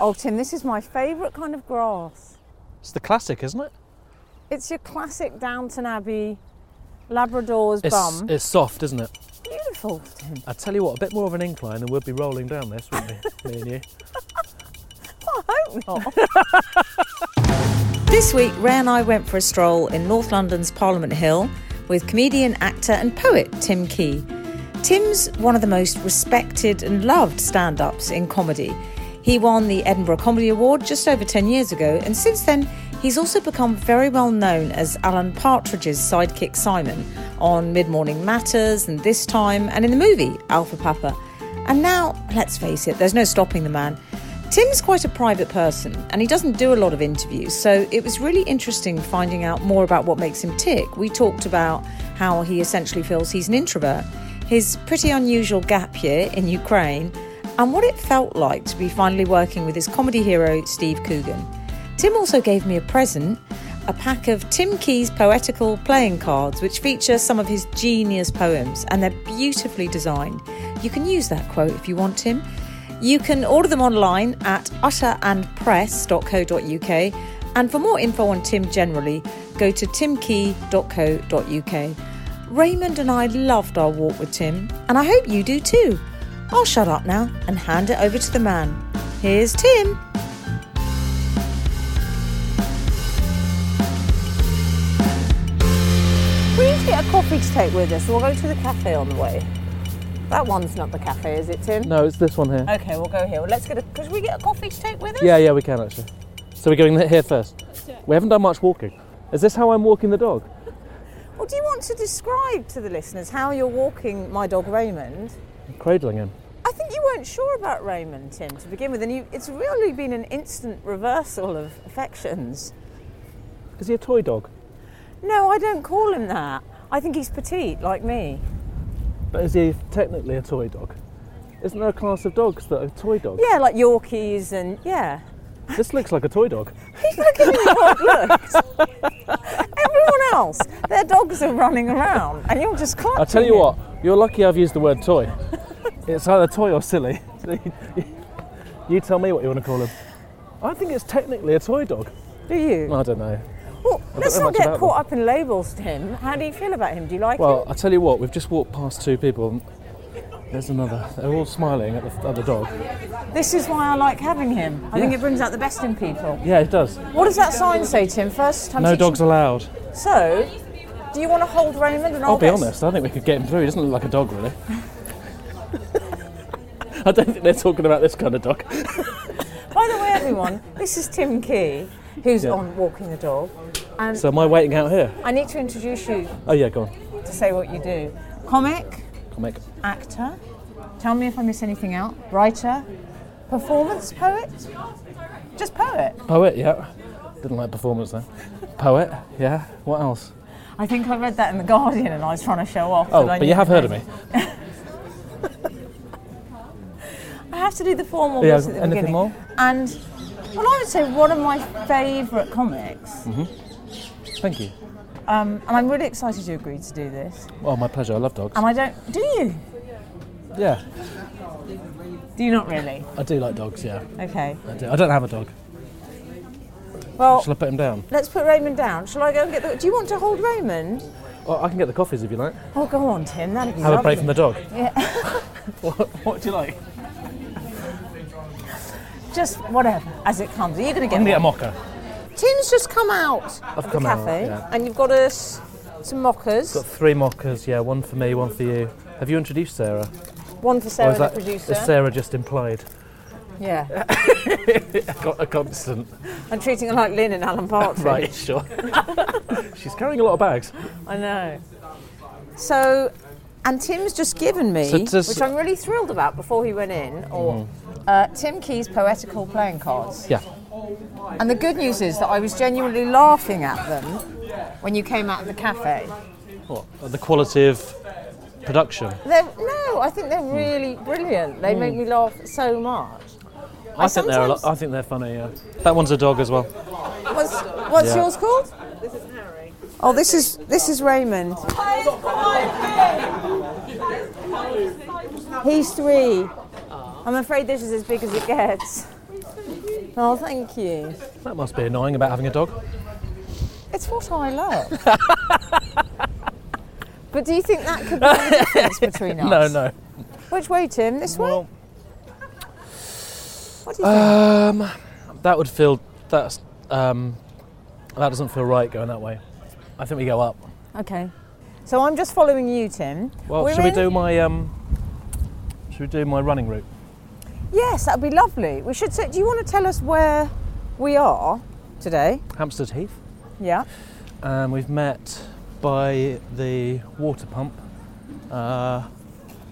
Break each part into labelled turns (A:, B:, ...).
A: Oh, Tim, this is my favourite kind of grass.
B: It's the classic, isn't it?
A: It's your classic Downton Abbey Labrador's
B: It's,
A: bum.
B: it's soft, isn't it?
A: Beautiful, Tim.
B: I tell you what, a bit more of an incline and we'd be rolling down this, wouldn't we? me and you.
C: This week, Ray and I went for a stroll in North London's Parliament Hill with comedian, actor, and poet Tim Key. Tim's one of the most respected and loved stand ups in comedy. He won the Edinburgh Comedy Award just over 10 years ago, and since then, he's also become very well known as Alan Partridge's sidekick Simon on Mid Morning Matters and This Time, and in the movie Alpha Papa. And now, let's face it, there's no stopping the man. Tim's quite a private person and he doesn't do a lot of interviews, so it was really interesting finding out more about what makes him tick. We talked about how he essentially feels he's an introvert, his pretty unusual gap year in Ukraine, and what it felt like to be finally working with his comedy hero, Steve Coogan. Tim also gave me a present a pack of Tim Key's poetical playing cards, which feature some of his genius poems, and they're beautifully designed. You can use that quote if you want, Tim. You can order them online at utterandpress.co.uk. And for more info on Tim generally, go to timkey.co.uk. Raymond and I loved our walk with Tim, and I hope you do too. I'll shut up now and hand it over to the man. Here's Tim.
A: We need to get a coffee to take with us, so we'll go to the cafe on the way. That one's not the cafe, is it, Tim?
B: No, it's this one here.
A: Okay, we'll go here. Well, let's get a. Could we get a coffee to take with us?
B: Uh, Yeah, yeah, we can actually. So we're going here first. We haven't done much walking. Is this how I'm walking the dog?
A: Well, do you want to describe to the listeners how you're walking my dog Raymond?
B: Cradling him.
A: I think you weren't sure about Raymond, Tim, to begin with, and you, it's really been an instant reversal of affections.
B: Is he a toy dog?
A: No, I don't call him that. I think he's petite, like me.
B: But is he technically a toy dog? Isn't there a class of dogs that are toy dogs?
A: Yeah, like Yorkies and yeah.
B: This looks like a toy dog.
A: People are giving you odd looks. Everyone else, their dogs are running around, and you're just clutching.
B: I'll tell you
A: him.
B: what, you're lucky I've used the word toy. it's either toy or silly. you tell me what you want to call him. I think it's technically a toy dog.
A: Do you?
B: I don't know.
A: well, let's
B: know
A: not
B: much
A: get
B: about
A: caught up in labels, Tim. How do you feel about him? Do you like
B: Well,
A: him?
B: I tell you what, we've just walked past two people. And there's another. They're all smiling at the, at the dog.
A: This is why I like having him. I think it brings out the best in people.
B: Yeah, it does.
A: What does that sign say, Tim? First time.
B: No
A: teaching-
B: dogs allowed.
A: So, do you want to hold Raymond and I'll,
B: I'll be
A: get-
B: honest. I think we could get him through. He doesn't look like a dog, really. I don't think they're talking about this kind of dog.
A: By the way, everyone, this is Tim Key, who's on Walking the Dog. And
B: So am I waiting out here?
A: I need to introduce you
B: Oh yeah, go on.
A: to say what you do. Comic,
B: Comic.
A: actor, tell me if I miss anything out, writer, performance poet, just poet.
B: Poet. Yeah. Didn't like performance there. Poet. Yeah. What else?
A: I think I read that in The Guardian and I was trying to show off.
B: Oh,
A: that I
B: but
A: knew
B: you have
A: the
B: heard of me.
A: name. I have to do the formal
B: Yeah,
A: bits at the
B: anything
A: beginning.
B: more?
A: And, well, I would say one of my favourite comics
B: Thank you.
A: Um, and I'm really excited you agreed to do this.
B: Oh, my pleasure. I love dogs.
A: And I don't. Do you?
B: Yeah,
A: Do you not really?
B: I do like dogs. Yeah,
A: Okay.
B: I do. I don't have a dog.
A: Well,
B: Shall I put him down?
A: let's put Raymond down. Shall I go and get the. Do you want to hold Raymond?
B: Well, I can get the coffees if you like.
A: Oh, go on, Tim. That'd be
B: Have a
A: lovely.
B: break from the dog.
A: Yeah.
B: What, what do you like?
A: Just whatever, as it comes. Are you going to
B: I'm gonna
A: get
B: get a
A: one?
B: mocha.
A: Tim's just come out of
B: come
A: the
B: out,
A: cafe,
B: yeah.
A: and you've got us some mockers.
B: Got three mockers. Yeah, one for me, one for you. Have you introduced Sarah?
A: One for
B: Or
A: Sarah,
B: is that
A: the producer.
B: is Sarah just implied?
A: yeah.
B: Got a constant.
A: I'm treating her like Lynn and Alan Partridge.
B: Right, sure. She's carrying a lot of bags.
A: I know. So, and Tim's just given me,
B: So does- Mm.
A: which I'm really thrilled about before he went in, or uh, Tim Key's poetical playing cards.
B: Yeah.
A: And the good news is that I was genuinely laughing at them when you came out of the cafe.
B: What? The quality of production.
A: They're, no, I think they're really brilliant. They
B: Mm.
A: make me laugh so much.
B: I, think they're a lot, I think they're funny. Yeah. That one's a dog as well.
A: What's, what's
B: Yeah.
A: yours called? This is Harry. Oh, this is this is Raymond. He's three. I'm afraid this is as big as it gets.
C: Oh, thank you.
B: That must be annoying about having a dog.
A: It's what I love. but do you think that could be the difference between us?
B: No, no.
A: Which way, Tim? This way?
B: Well,
A: What do you think?
B: um, that would feel that's um, that doesn't feel right going that way. I think we go up.
A: Okay. So I'm just following you, Tim.
B: Well,
A: We're
B: should we
A: in-
B: do my um, should we do my running route?
A: Yes, that'd be lovely. We should say, do you want to tell us where we are today?
B: Hampstead Heath.
A: Yeah.
B: and Um, we've met by the water pump uh,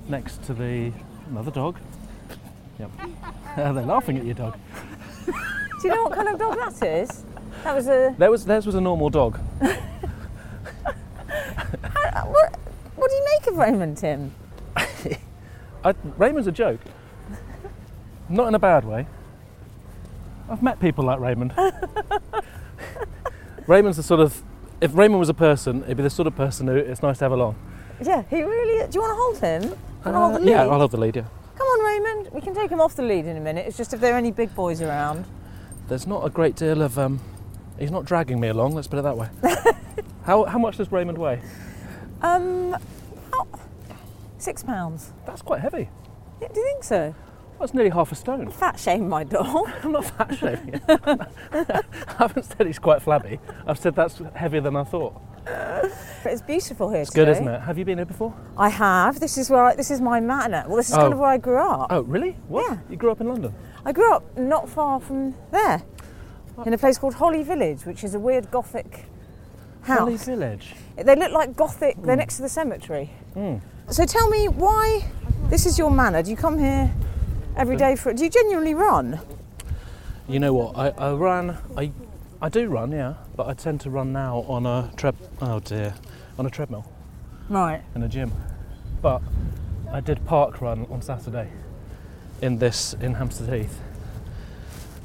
B: next to the another dog. Yep. They're laughing at your dog.
A: Do you know what kind of dog that is? That was a.
B: There was theirs was a normal dog.
A: What, what do you make of Raymond, Tim?
B: I, Raymond's a joke. Not in a bad way. I've met people like Raymond. Raymond's the sort of if Raymond was a person, he'd be the sort of person who it's nice to have along.
A: Yeah, he really. Do you want to hold him? Do you wanna hold the lead?
B: Uh, yeah, I'll have the lead. Yeah.
A: Come on, Raymond. We can take him off the lead in a minute. It's just if there are any big boys around.
B: There's not a great deal of. Um, he's not dragging me along. Let's put it that way. how, how much does Raymond weigh?
A: Um, how- six pounds.
B: That's quite heavy.
A: Yeah, do you think so?
B: That's nearly half a stone.
A: Fat shame, my dog.
B: I'm not fat shaming. you. I haven't said he's quite flabby. I've said that's heavier than I thought.
A: But it's beautiful here.
B: It's good, isn't it? Have you been here before?
A: I have. This is where I, this is my manor. Well, this is
B: Oh.
A: kind of where I grew up.
B: Oh, really? What?
A: Yeah.
B: You grew up in London?
A: I grew up not far from there, in a place called Holly Village, which is a weird Gothic house.
B: Holly Village.
A: They look like Gothic.
B: Hmm.
A: They're next to the cemetery. So tell me why this is your manor. Do you come here every day for? Do you genuinely run?
B: You know what? I, I run. I I do run, yeah, but I tend to run now on a tread. Oh dear, on a treadmill
A: Right.
B: in a gym. But I did park run on Saturday in this in Hampstead Heath.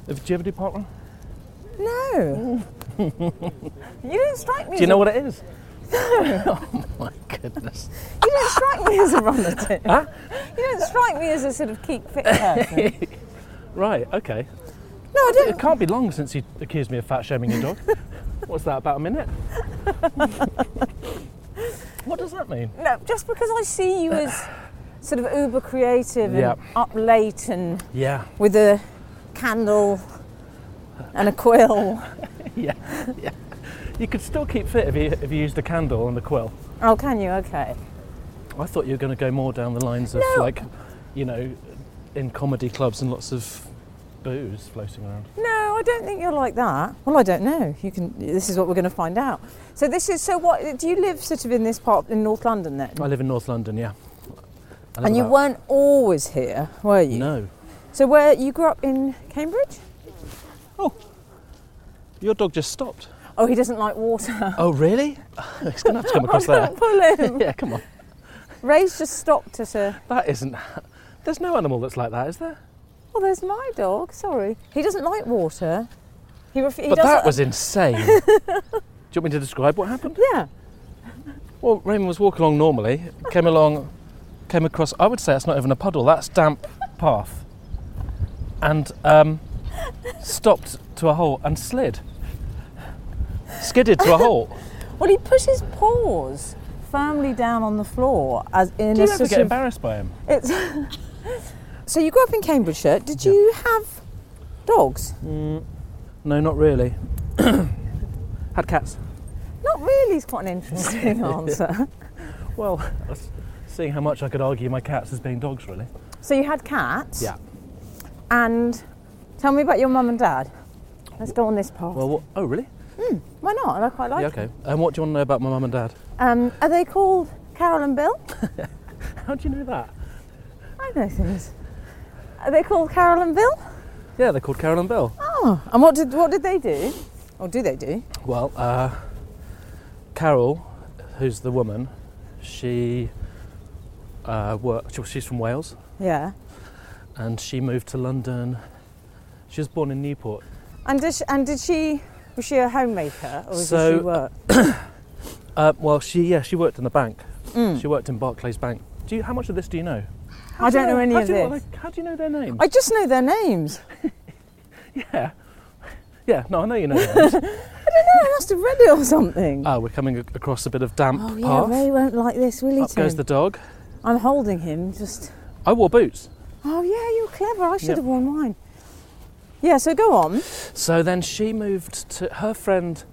B: Have do you ever do park run?
A: No. you don't strike me.
B: Do you
A: as
B: know
A: a,
B: what it is? oh my goodness.
A: You don't strike me as a runner. Tim.
B: Huh?
A: You don't strike me as a sort of keep fit person.
B: Right, okay.
A: no, I
B: It
A: don't.
B: can't be long since you accused me of fat shaming your dog. What's that, about a minute? what does that mean?
A: No, just because I see you as sort of uber creative and
B: Yeah.
A: up late and
B: Yeah,
A: with a candle and a quill.
B: yeah, yeah. You could still keep fit if you, if you used the candle and the quill.
A: Oh, can you? Okay.
B: I thought you were going to go more down the lines of
A: No.
B: like, you know, in comedy clubs and lots of booze floating around.
A: No, I don't think you're like that. Well, I don't know. You can. This is what we're going to find out. So this is. So what? Do you live sort of in this part in North London then?
B: I live in North London, yeah. I live
A: And you
B: about-
A: weren't always here, were you?
B: No.
A: So where you grew up in Cambridge?
B: Your dog just stopped.
A: Oh, he doesn't like water.
B: Oh, really? He's going to have to come across there.
A: Don't pull him.
B: Yeah, come on.
A: Ray's just stopped at a.
B: That isn't. There's no animal that's like that, is there?
A: Oh, there's my dog. Sorry, he doesn't like water. He, ref- he
B: but
A: doesn't.
B: that was insane. Do you want me to describe what happened?
A: Yeah.
B: Well, Raymond was walking along normally, came along, came across. I would say it's not even a puddle. That's damp path, and um, stopped to a hole and slid, skidded to a hole.
A: Well, he put his paws firmly down on the floor as in
B: Do
A: a
B: you ever
A: sort
B: get
A: of.
B: embarrassed by him?
A: It's so you grew up in Cambridgeshire. Did you have dogs?
B: No, not really. Had cats.
A: Not really. Is quite an interesting answer.
B: Well, I was seeing how much I could argue my cats as being dogs, really.
A: So you had cats.
B: Yeah.
A: And tell me about your mum and dad. Let's go on this path.
B: Well, what? Oh, really?
A: Why not? I quite like.
B: Yeah, okay. And what do you want to know about my mum and dad?
A: it. Um, are they called Carol and Bill?
B: How do you know that?
A: I know things. Are they called Carol and Bill?
B: Yeah, they're called Carol and Bill.
A: Oh. And what did what did they do? Or do they do?
B: Well, uh, Carol, who's the woman, she uh, worked. well, She's from Wales,
A: Yeah.
B: and she moved to London. She was born in Newport.
A: And did she, and did she was she a homemaker or
B: So-
A: did she work?
B: Uh, well, she yeah, she worked in the bank.
A: Mm.
B: She worked in Barclays Bank. Do you, how much of this do you know?
A: I don't know any
B: how
A: of
B: do you,
A: this.
B: Like, how do you know their name?
A: I just know their names.
B: yeah, Yeah, no, I know you know. that.
A: I must have read it or something.
B: Ah, we're coming ac- across a bit of damp
A: oh, yeah,
B: path.
A: Ray won't like this, will he,
B: Up goes
A: Tim?
B: the dog.
A: I'm holding him, just.
B: I wore boots.
A: Oh, yeah, you're clever. I should
B: Yep.
A: have worn mine. Yeah, so go on.
B: So then she moved to her friend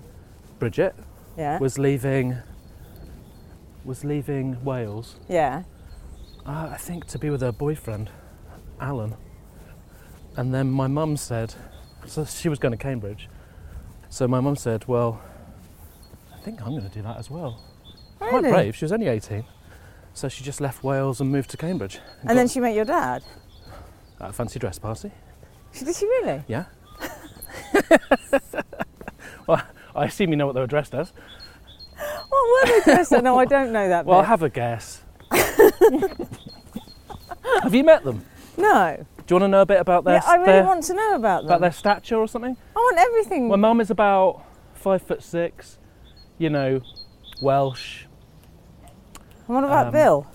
B: Bridget
A: Yeah.
B: was leaving was leaving Wales.
A: Yeah.
B: Uh, I think to be with her boyfriend, Alan. And then my mum said, so she was going to Cambridge. So my mum said, well, I think I'm going to do that as well. Quite
A: Really?
B: brave. She was only 18. So she just left Wales and moved to Cambridge.
A: And then
B: got
A: she met your dad.
B: at a fancy dress party.
A: She- Did she really?
B: Yeah. well, I assume you know what they were dressed as.
A: What were they dressed as? No, I don't know that.
B: Well,
A: bit.
B: have a guess. have you met them?
A: no.
B: Do you want to know a bit about their,
A: Yeah, I really
B: their-
A: want to know about them.
B: about their stature or something?
A: I want everything.
B: My mum is about five foot six, you know, Welsh.
A: and what about
B: um,
A: Bill?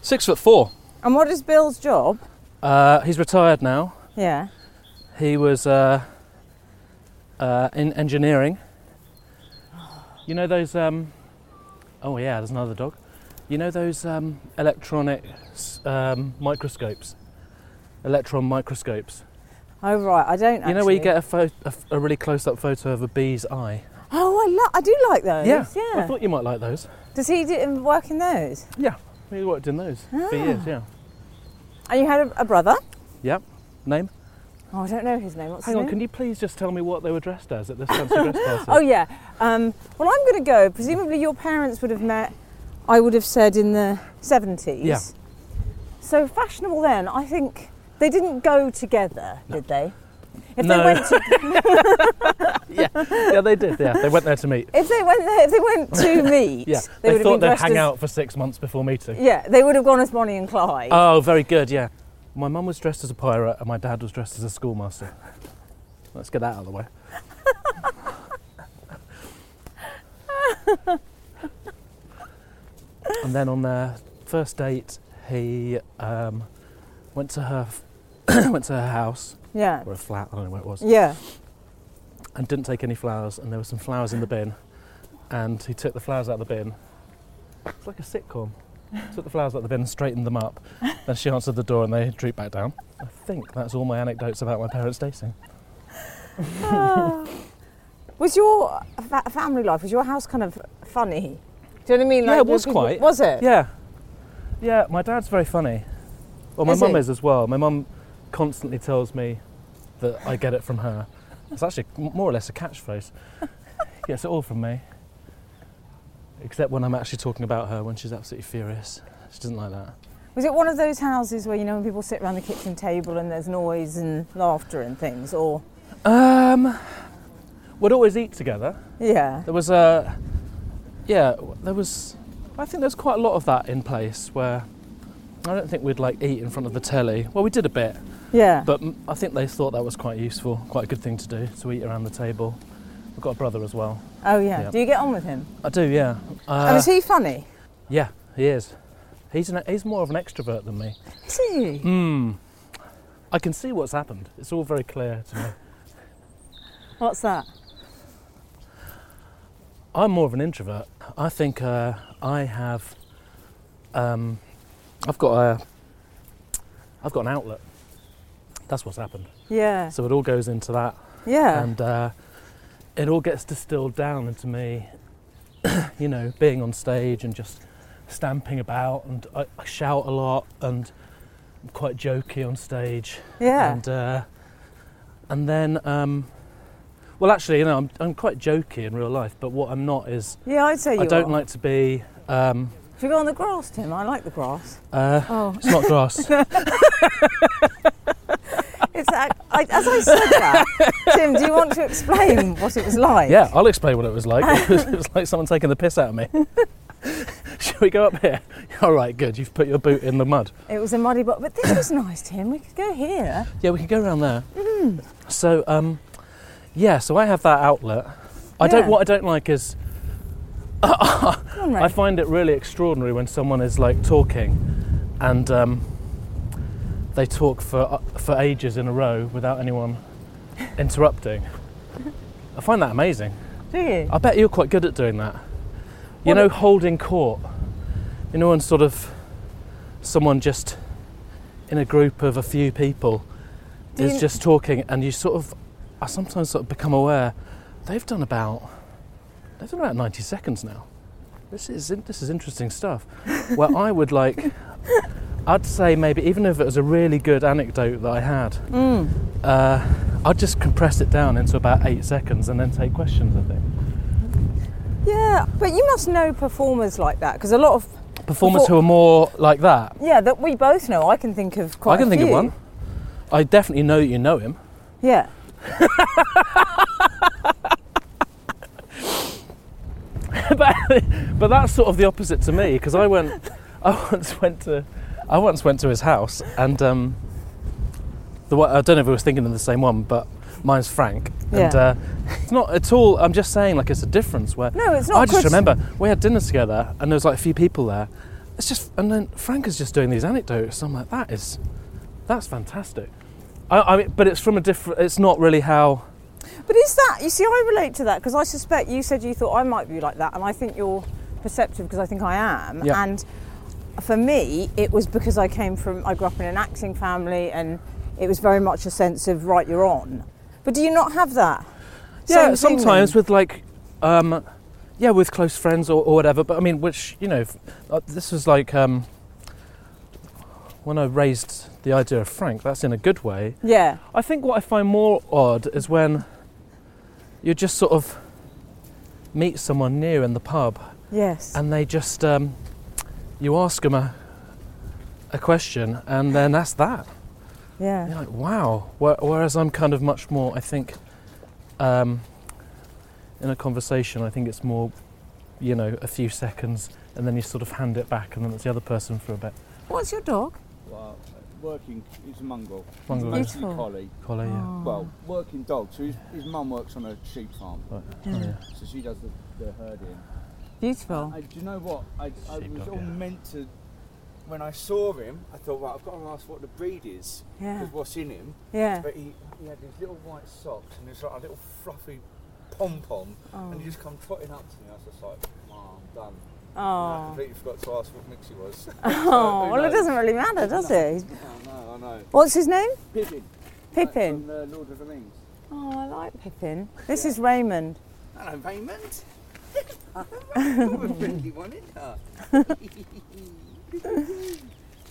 B: Six foot four.
A: And what is Bill's job?
B: Uh, he's retired now.
A: Yeah.
B: He was uh, uh, in engineering. You know those. Um, oh yeah, there's another dog. You know those um, electronic s- um, microscopes, electron microscopes.
A: Oh right, I don't.
B: You know where
A: actually.
B: you get a, pho- a, f- a really close-up photo of a bee's eye.
A: Oh, I love. I do like those.
B: I thought you might like those.
A: Does he do, and work in those?
B: We worked in those for years. Yeah.
A: And you had a, a brother?
B: Name.
A: Oh, I don't know his name. What's
B: Hang
A: his
B: on,
A: name?
B: can you please just tell me what they were dressed as at this fancy dress party?
A: Oh yeah. Um, well, I'm going to go. Presumably, your parents would have met. I would have said in the 70s.
B: Yeah.
A: So fashionable then. I think they didn't go together, did they? If
B: No.
A: they went to, Oh,
B: yeah, they did. Yeah, they went there to meet.
A: if they went there, if they went to meet,
B: Yeah,
A: they,
B: they,
A: would have
B: thought
A: been
B: they'd
A: dressed
B: hang
A: as,
B: out for six months before meeting.
A: Yeah, they would have gone as Bonnie and Clyde.
B: Oh, very good. Yeah, my mum was dressed as a pirate and my dad was dressed as a schoolmaster. Let's get that out of the way. and then on their first date, he um, went to her f- went to her house
A: yeah.
B: or a flat. I don't know where it was.
A: Yeah.
B: and didn't take any flowers, and there were some flowers in the bin, and he took the flowers out of the bin. It's like a sitcom. Took the flowers out of the bin and straightened them up. Then she answered the door and they drooped back down. I think that's all my anecdotes about my parents dating.
A: Ah. was your fa- family life? Was your house kind of funny? Do you know what I mean?
B: Yeah, it
A: were
B: was
A: people-
B: quite.
A: Was it?
B: Yeah. Yeah, my dad's very funny. Well, my
A: Is
B: mum
A: he?
B: is as well. My mum constantly tells me that I get it from her. It's actually m- more or less a catchphrase. Gets it all from me. Except when I'm actually talking about her when she's absolutely furious. She doesn't like that.
A: Was it one of those houses where you know when people sit around the kitchen table and there's noise and laughter and things, or
B: Um, we'd always eat together.
A: yeah,
B: There was a, yeah, there was. I think there's quite a lot of that in place where I don't think we'd like eat in front of the telly. Well, we did a bit,
A: yeah,
B: but mm, I think they thought that was quite useful, quite a good thing to do to eat around the table. We've got a brother as well.
A: oh yeah.
B: yeah.
A: Do you get on with him?
B: I do, yeah.
A: and
B: Uh,
A: is he funny?
B: yeah, he is. He's an, he's more of an extrovert than me.
A: Is he?
B: Hmm. I can see what's happened. It's all very clear to me.
A: What's that?
B: I'm more of an introvert. I think uh, I have, um, I've got a, I've got an outlet. That's what's happened.
A: Yeah,
B: So it all goes into that,
A: yeah,
B: and uh, it all gets distilled down into me. you know, being on stage and just stamping about, and I, I shout a lot, and I'm quite jokey on stage.
A: yeah.
B: And uh, and then, um, well, actually, you know, I'm, I'm quite jokey in real life, but what I'm not is
A: yeah, I'd say you
B: I don't
A: are.
B: like to be. Um,
A: Should we go on the grass, Tim? I like the grass.
B: uh,
A: Oh,
B: it's not grass.
A: it's that, I, as I said that, Tim. Do you want to explain what it was like?
B: yeah, I'll explain what it was like. It was, it was like someone taking the piss out of me. Shall we go up here? All right, good. You've put your boot in the mud.
A: It was a muddy bot, but this was nice, Tim. We could go here.
B: Yeah, we can go around there.
A: Mm-hmm.
B: So, um, yeah, so I have that outlet. I
A: Yeah.
B: don't. What I don't like is
A: Come on,
B: I
A: Ray.
B: find it really extraordinary when someone is like talking, and um, uh, they talk for for ages in a row without anyone interrupting. I find that amazing.
A: Do you?
B: I bet you're quite good at doing that. You
A: Well,
B: know,
A: it-
B: holding court. You know, when sort of someone just in a group of a few people
A: Do
B: is
A: you-
B: just talking, and you sort of, I sometimes sort of become aware they've done about they've done about 90 seconds now. This is in- this is interesting stuff. Where I would like, I'd say maybe even if it was a really good anecdote that I had,
A: Mm.
B: uh, I'd just compress it down into about eight seconds and then take questions. I think.
A: Yeah, but you must know performers like that because a lot of
B: performers
A: Before-
B: who are more like that.
A: yeah that we both know. I can think of quite.
B: I can
A: a
B: think of
A: few.
B: one. I definitely know that you know him.
A: Yeah.
B: but, but that's sort of the opposite to me because I went, I once went to, I once went to his house and um, the one- I don't know if I was thinking of the same one, but mine's Frank. And
A: Yeah.
B: uh, it's not at all. I'm just saying like it's a difference where
A: No, it's not.
B: I just
A: criti-
B: remember we had dinner together and there was like a few people there. It's just and then Frank is just doing these anecdotes. I'm like, that is, that's fantastic. I, I mean, but it's from a different. It's not really how.
A: But is that you see? I relate to that because I suspect you said you thought I might be like that, and I think you're perceptive because I think I am.
B: Yeah.
A: And for me, it was because I came from I grew up in an acting family, and it was very much a sense of right, you're on. But do you not have that?
B: Yeah,
A: Same thing
B: sometimes
A: then?
B: with like, um, yeah, with close friends or, or whatever. But I mean, which you know, f- uh, this was like um, when I raised the idea of Frank. That's in a good way.
A: Yeah.
B: I think what I find more odd is when you just sort of meet someone new in the pub
A: Yes.
B: and they just um, you ask them a a question and then that's that.
A: yeah.
B: You're like, wow. Where- Whereas I'm kind of much more, I think, um, in a conversation, I think it's more, you know, a few seconds and then you sort of hand it back and then it's the other person for a bit.
A: What's your dog?
D: Well, working, he's a mongrel.
B: Mongrel.
D: Mostly
A: Beautiful.
D: collie.
B: Collar, yeah.
A: Oh.
D: Well, working dog. So his, his mum works on a sheep farm,
B: Right. Oh, yeah.
D: so she does the, the herding.
A: Beautiful.
D: I, do you know what? I, I
B: Sheep
D: was
B: dog,
D: all
B: yeah.
D: meant to. When I saw him, I thought, right, I've got to ask what the breed is,
A: Yeah.
D: because what's in him.
A: Yeah.
D: But he, he had these little white socks and this like, a little fluffy pom pom, and
A: Oh.
D: he just come trotting up to me. I was just like, wow, I'm done. And I
A: Oh.
D: completely forgot to ask what mix he was.
A: Oh. Well, it doesn't really matter, does it?
D: Oh, no, I know.
A: What's his name?
D: Pippin. like
A: Pippin.
D: From uh, Lord of the Rings.
A: Oh, I like Pippin. This is Raymond.
D: Hello, Raymond. You're a friendly one, isn't I?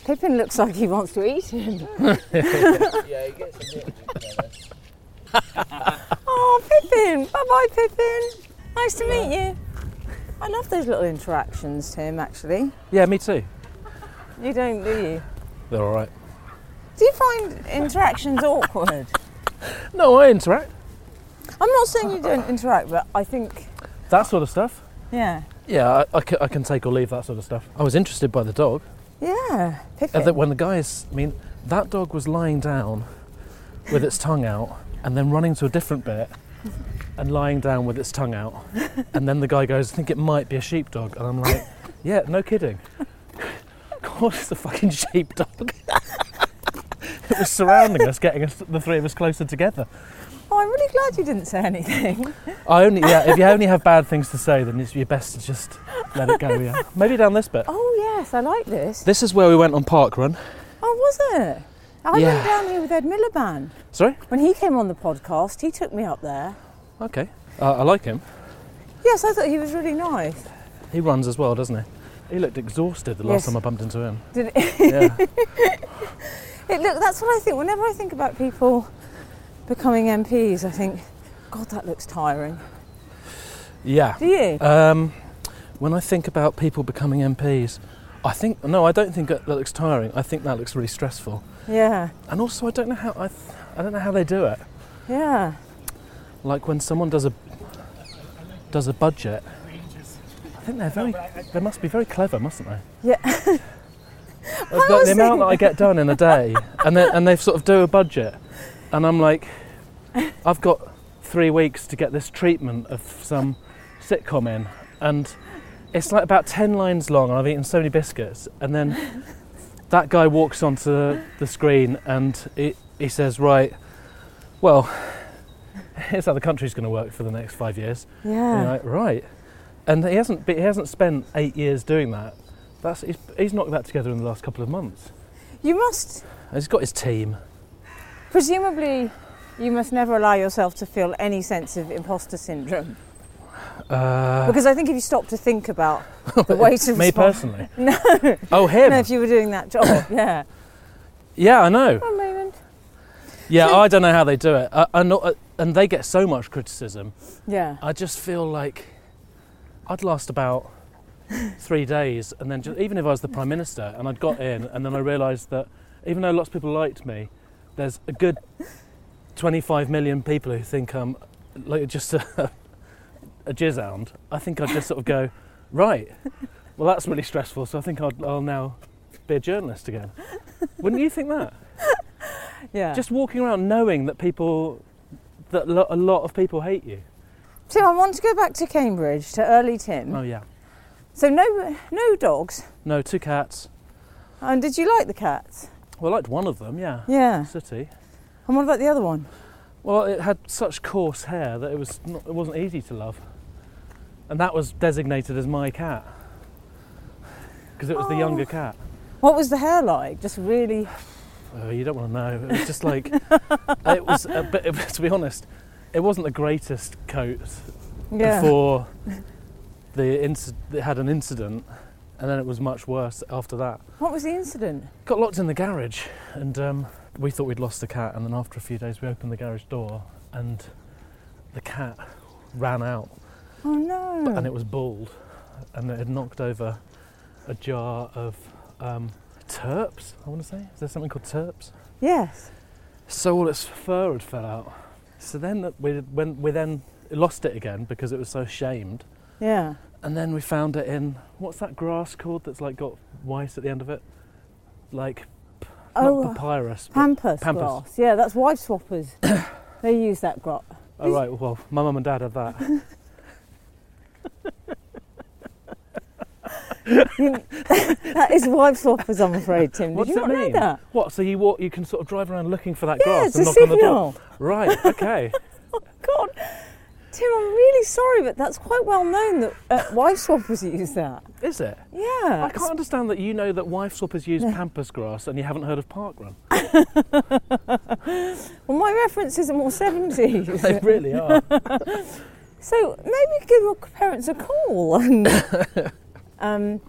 A: Pippin looks like he wants to eat him.
D: Yeah, he gets a bit
A: Oh, Pippin! Bye bye, Pippin! Nice to meet you. I love those little interactions, Tim, actually.
B: Yeah, me too.
A: You don't, do you?
B: They're all right.
A: Do you find interactions awkward?
B: No, I interact.
A: I'm not saying you don't interact, but I think,
B: That sort of stuff.
A: yeah.
B: Yeah, I, I ca- I can take or leave that sort of stuff. I was interested by the dog.
A: Yeah,
B: Uh,
A: Pippin.
B: that when the guys, I mean, that dog was lying down with its tongue out and then running to a different bit and lying down with its tongue out. And then the guy goes, I think it might be a sheepdog. And I'm like, yeah, no kidding. Of course it's a fucking sheepdog. it was surrounding us, getting us, the three of us closer together.
A: Oh, I'm really glad you didn't say anything.
B: I only, yeah, if you only have bad things to say, then it's your best to just let it go, yeah. Maybe down this bit.
A: Oh, yes, I like this.
B: This is where we went on park run.
A: Oh, was it? I
B: Yeah.
A: went down here with Ed Miliband.
B: Sorry?
A: When he came on the podcast, he took me up there.
B: Okay. Uh, I like him.
A: Yes, I thought he was really nice.
B: He runs as well, doesn't he? He looked exhausted the
A: Yes.
B: last time I bumped into him.
A: Did
B: Yeah.
A: It, look, that's what I think. Whenever I think about people becoming MPs, I think, God, that looks tiring.
B: yeah.
A: Do you?
B: Um, when I think about people becoming MPs, I think no, I don't think that that looks tiring. I think that looks really stressful.
A: Yeah,
B: And also, I don't know how I, th- I don't know how they do it.
A: yeah.
B: Like when someone does a does a budget, I think they're very they must be very clever, mustn't they?
A: Yeah.
B: Like,
A: was
B: the amount
A: thinking-
B: that I get done in a day, and then and they sort of do a budget, and I'm like, I've got three weeks to get this treatment of some sitcom in, and it's like about ten lines long, and I've eaten so many biscuits, and then that guy walks onto the screen and he, he says, right, well, here's how the country's going to work for the next five years. And
A: Yeah.
B: you're like, right. And he hasn't, but he hasn't spent eight years doing that. That's, he's, he's knocked that together in the last couple of months.
A: You must,
B: And He's got his team.
A: presumably, you must never allow yourself to feel any sense of imposter syndrome.
B: Uh,
A: Because I think if you stop to think about the way to
B: me
A: respond.
B: personally.
A: No,
B: Oh, him.
A: no, if you were doing that job, yeah.
B: yeah, I know.
A: One moment.
B: Yeah,
A: So-
B: I don't know how they do it. I, I know- uh, and they get so much criticism.
A: Yeah.
B: I just feel like I'd last about three days, and then just, even if I was the prime minister and I'd got in, and then I realised that even though lots of people liked me, there's a good 25 million people who think I'm like just a, a jizzound. I think I'd just sort of go, right. Well, that's really stressful. So I think I'd, I'll now be a journalist again. Wouldn't you think that?
A: Yeah.
B: Just walking around knowing that people, that lo- a lot of people hate you.
A: Tim, I want to go back to Cambridge to early Tim.
B: Oh yeah.
A: So no, no dogs.
B: No, two cats.
A: And did you like the cats?
B: Well, I liked one of them, yeah.
A: Yeah.
B: City.
A: And what about the other one?
B: Well, it had such coarse hair that it was not, it wasn't easy to love, and that was designated as my cat because it was
A: Oh.
B: the younger cat.
A: What was the hair like? Just really.
B: Oh, you don't want to know. It was just like it was. A bit, to be honest, it wasn't the greatest coat
A: Yeah.
B: before the inci- it had an incident, and then it was much worse after that.
A: What was the incident?
B: Got locked in the garage, and um, we thought we'd lost the cat. And then after a few days, we opened the garage door, and the cat ran out,
A: Oh no.
B: and it was bald, and it had knocked over a jar of um, turps. I want to say, is there something called turps?
A: Yes.
B: So all its fur had fell out. So then uh, we when we then lost it again because it was so shamed.
A: Yeah.
B: And then we found it in what's that grass called that's like got white at the end of it, like
A: Oh,
B: not papyrus. but-
A: Pampas,
B: Pampas.
A: grass. Yeah, that's wife swappers. they use that grot.
B: All Oh, right. Well, my mum and dad had that.
A: You- that is wife swappers, I'm afraid, Tim. Did
B: What's
A: you
B: that
A: not
B: mean?
A: know that?
B: What? So you walk, you can sort of drive around looking for that
A: Yeah,
B: grass
A: it's a
B: and knock on the door.
A: signal.
B: Right. Okay.
A: God, Tim, I'm really sorry, but that's quite well known that uh, wife swappers use that.
B: Is it?
A: Yeah.
B: I can't understand that you know that wife swappers use pampas grass and you haven't heard of park run.
A: Well, my references are more 70s.
B: They really are.
A: So maybe give your parents a call. And, um,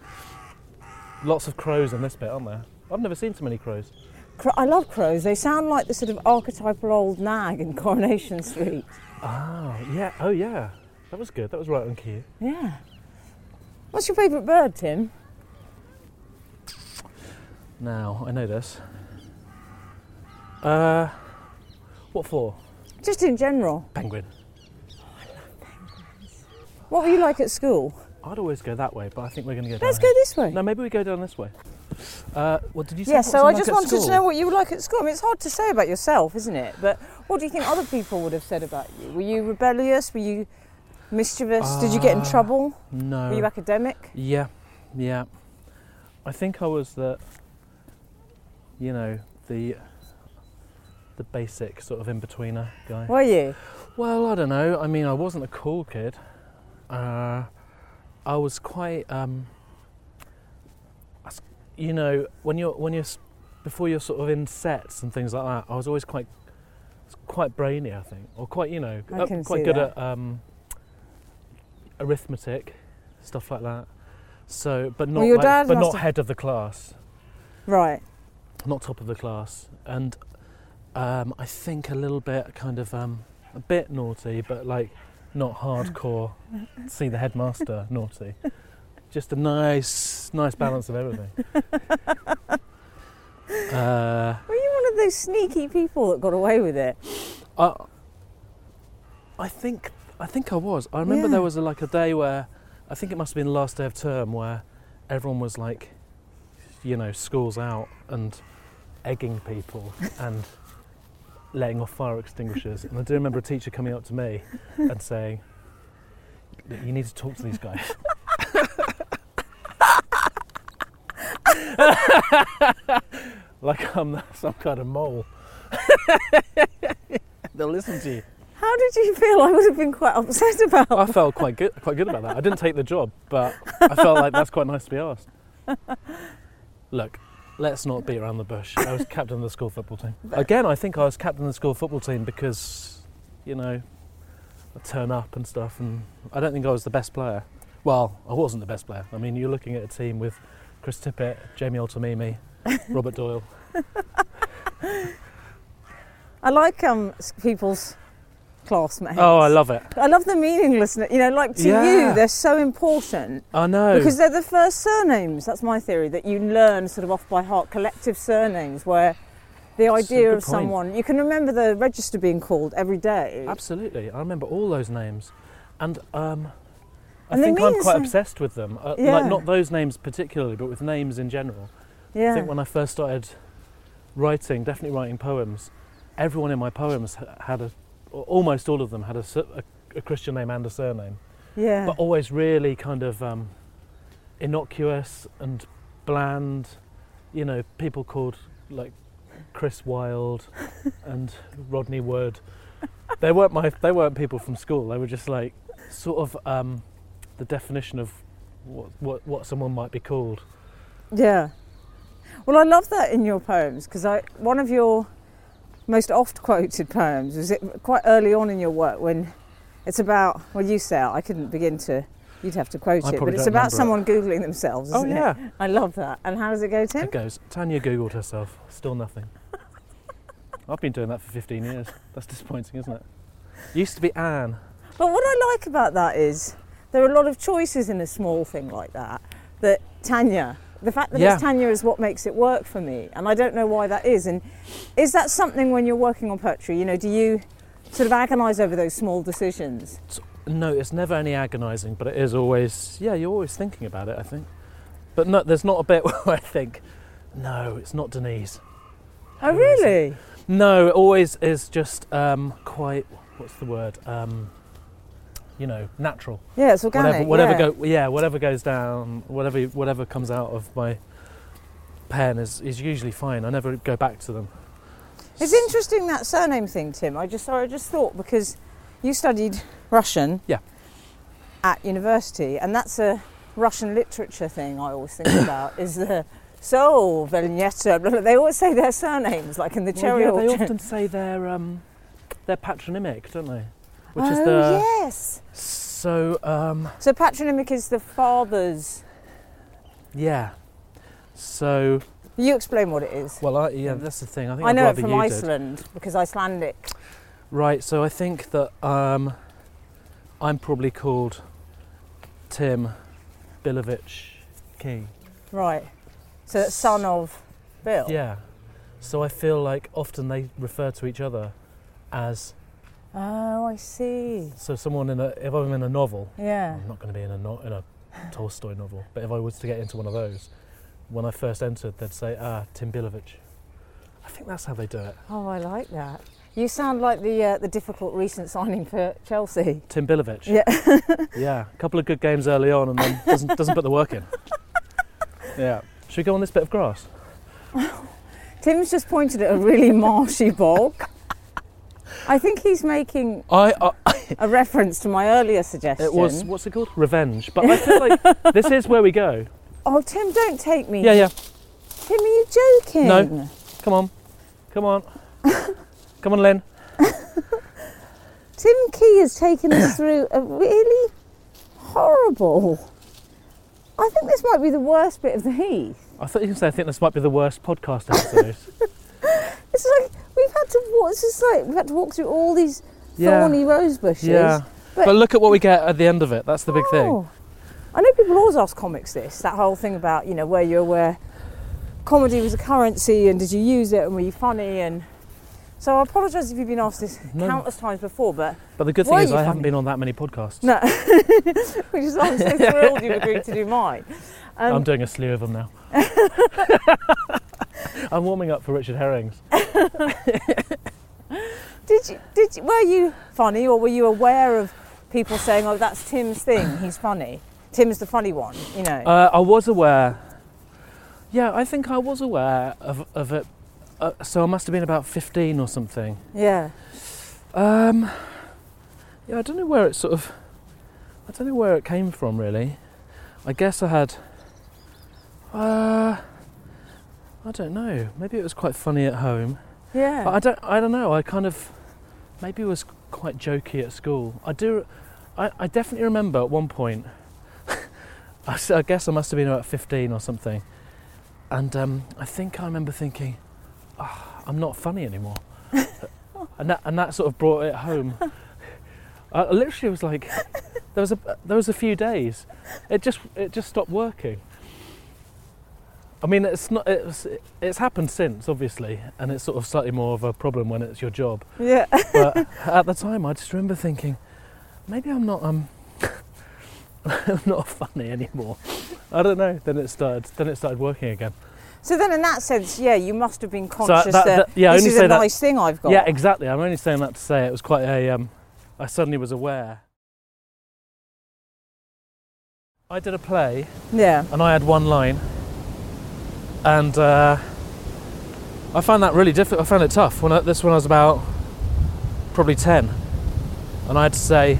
B: Lots of crows in this bit, aren't there? I've never seen so many crows.
A: cro- I love crows. They sound like the sort of archetypal old nag in Coronation Street. Ah,
B: Oh yeah. Oh yeah. That was good. That was right on cue.
A: Yeah. What's your favourite bird, Tim?
B: Now I know this. Uh, what for?
A: Just in general.
B: Penguin.
A: What were you like at school?
B: I'd always go that way, but I think we're going to go. Down
A: Let's
B: here.
A: go this way.
B: No, maybe we go down this way. Uh, what did you say?
A: yeah,
B: what
A: so
B: was it
A: I
B: like
A: just
B: at
A: wanted
B: school?
A: to know what you were like at school. I mean, it's hard to say about yourself, isn't it? But what do you think other people would have said about you? Were you rebellious? Were you mischievous? Did you get in
B: Uh,
A: trouble?
B: No.
A: Were you academic?
B: Yeah, yeah. I think I was the, you know, the, the basic sort of in betweener guy.
A: Were you?
B: Well, I don't know. I mean, I wasn't a cool kid. Uh, I was quite, um, I s- you know, when you're when you're s- before you're sort of in sets and things like that. I was always quite quite brainy, I think, or quite you know,
A: I
B: uh,
A: can
B: quite
A: see
B: good
A: that.
B: at um, arithmetic stuff like that. So, but not
A: your
B: like-
A: dad
B: but
A: must
B: not
A: have-
B: head of the class
A: Right.
B: not top of the class, and um, I think a little bit kind of um, a bit naughty, but like not hardcore. see the headmaster naughty. Just a nice, nice balance of everything. uh,
A: Were you one of those sneaky people that got away with it?
B: I, I think I think I was. I remember
A: Yeah.
B: there was a, like a day where I think it must have been the last day of term where everyone was like, you know, schools out and egging people and letting off fire extinguishers. And I do remember a teacher coming up to me and saying, "You need to talk to these guys." like I'm some kind of mole. They'll listen to you.
A: How did you feel? I would have been quite upset
B: I
A: about.
B: felt quite good, quite good about that. I didn't take the job, but I felt like that's quite nice to be asked. Look, let's not beat around the bush. I was captain of the school football team. Again, I think I was captain of the school football team because, you know, I turn up and stuff, and I don't think I was the best player. Well, I wasn't the best player. I mean, you're looking at a team with Chris Tippett, Jamie Altamimi, Robert Doyle.
A: I like um, s- people's classmates.
B: Oh, I love it.
A: I love the meaninglessness. You know, like to
B: Yeah. Oh.
A: you, they're so important
B: I know.
A: because they're the first surnames. That's my theory that you learn sort of off by heart collective surnames where the
B: That's a
A: idea
B: good
A: of
B: point.
A: someone you can remember the register being called every day.
B: Absolutely, I remember all those names, and um, I
A: And they
B: think I'm
A: mean
B: quite
A: some-
B: obsessed with them. Uh,
A: Yeah.
B: Like not those names particularly, but with names in general. I
A: Yeah.
B: think when I first started writing, definitely writing poems, everyone in my poems h- had a, or almost all of them had a, sur- a, a Christian name and a surname,
A: yeah.
B: but always really kind of um, innocuous and bland. You know, people called like Chris Wilde and Rodney Wood. They weren't my. They weren't people from school. They were just like sort of um, the definition of what, what what someone might be called.
A: Yeah. Well, I love that in your poems because I one of your most oft quoted poems was it quite early on in your work when it's about well you say it, I couldn't begin to you'd have to quote
B: I
A: it but
B: probably
A: it's
B: don't
A: about
B: remember
A: someone googling themselves
B: Oh
A: isn't it?
B: yeah,
A: I love that and how does it go Tim
B: it goes. Tanya googled herself. Still nothing. I've been doing that for 15 years. That's disappointing, isn't it? Used to be Anne.
A: but what I like about that is there are a lot of choices in a small thing like that that Tanya the fact that
B: Yeah.
A: it's Tanya is what makes it work for me and I don't know why that is and is that something when you're working on poetry you know do you sort of agonize over those small decisions
B: No, it's never any agonising, but it is always, yeah, you're always thinking about it, I think. But no, there's not a bit where I think, no, it's not Denise.
A: Oh,
B: Who is it?
A: really?
B: No, it always is just um, quite, what's the word? Um, you know, natural.
A: Yeah, it's organic.
B: whatever,
A: yeah.
B: whatever go, yeah, whatever goes down, whatever, whatever comes out of my pen is, is usually fine. I never go back to them.
A: It's interesting that surname thing, Tim. I just sorry, I just thought because you studied Russian.
B: Yeah.
A: At university, and that's a Russian literature thing I always think about is the so Velneta. Blah, blah. They always say their surnames, like in the
B: Well,
A: cherry
B: yeah, they
A: orchard.
B: often say they're um, they're patronymic, don't they? Which
A: oh
B: is the
A: yes.
B: so um,
A: So patronymic is the father's.
B: yeah. So
A: You explain what it is.
B: well, I, yeah, that's the thing. I think
A: I
B: I'd
A: know it
B: rather
A: from
B: you did.
A: Iceland because Icelandic.
B: Right. So I think that um, I'm probably called Tim Bilovich King.
A: Right. So that's son of Bill.
B: Yeah. So I feel like often they refer to each other as
A: Oh, I see.
B: so someone in a if I'm in a novel,
A: Yeah.
B: I'm not going to be in a no, in a Tolstoy novel, but if I was to get into one of those, when I first entered, they'd say, "Ah, Tim Bilovich." I think that's how they do it.
A: Oh, I like that. You sound like the uh, the difficult recent signing for Chelsea.
B: Tim Bilovich.
A: Yeah.
B: yeah. A couple of good games early on, and then doesn't doesn't put the work in. Yeah. Should we go on this bit of grass?
A: Tim's just pointed at a really marshy bog. I think he's making
B: I, uh, I
A: a reference to my earlier suggestion.
B: it was what's it called? Revenge. But I feel like this is where we go.
A: Oh, Tim, don't take me.
B: Yeah, yeah.
A: Tim, are you joking?
B: No. Come on, come on, come on, Lynn.
A: Tim Key has taken us through a really horrible. I think this might be the worst bit of the heath.
B: I thought you were going to say I think this might be the worst podcast episode.
A: It's like we've had to walk. It's just like we've had to walk through all these
B: Yeah.
A: thorny rose bushes.
B: yeah. But,
A: But-
B: look at what we get at the end of it. That's the big thing.
A: Oh. I know people always ask comics this, that whole thing about, you know, where you're aware comedy was a currency and did you use it and were you funny and so I apologise if you've been asked this
B: No.
A: countless times before, but
B: But the good thing
A: Why are
B: is
A: you
B: I haven't
A: funny?
B: been on that many podcasts.
A: no, which is why I'm so thrilled you've agreed to do mine. Um,
B: I'm doing a slew of them now. I'm warming up for Richard Herrings.
A: did you, did you, were you funny or were you aware of people saying, oh, that's Tim's thing, he's funny? Tim's the funny one, you know.
B: Uh, I was aware. Yeah, I think I was aware of, of it. Uh, so I must have been about 15 or something.
A: yeah.
B: Um, Yeah, I don't know where it sort of. I don't know where it came from really. I guess I had. Uh, I don't know. Maybe it was quite funny at home.
A: Yeah.
B: I don't. I don't know. I kind of maybe was quite jokey at school. I do. I, I definitely remember at one point. I, s- I guess I must have been about fifteen or something, and um, I think I remember thinking, "Ah, "I'm not funny anymore," and that and that sort of brought it home. I I literally was like, there was a there was a few days, it just it just stopped working. I mean, it's not it's it's happened since, obviously, and it's sort of slightly more of a problem when it's your job
A: yeah.
B: but at the time, I just remember thinking, maybe I'm not um, I'm not funny anymore. I don't know. Then it started. Then it started working again.
A: So then, in that sense, yeah, you must have been
B: I-
A: conscious
B: that-
A: that,
B: that- yeah, I
A: this
B: only
A: is a
B: say that-
A: nice thing I've got.
B: Yeah, exactly. I'm only saying that to say it was quite a. Um, I suddenly was aware. I did a play
A: yeah.
B: and I had one line, and uh, I found that really difficult. I found it tough. When I, this when I was about probably ten, and I had to say,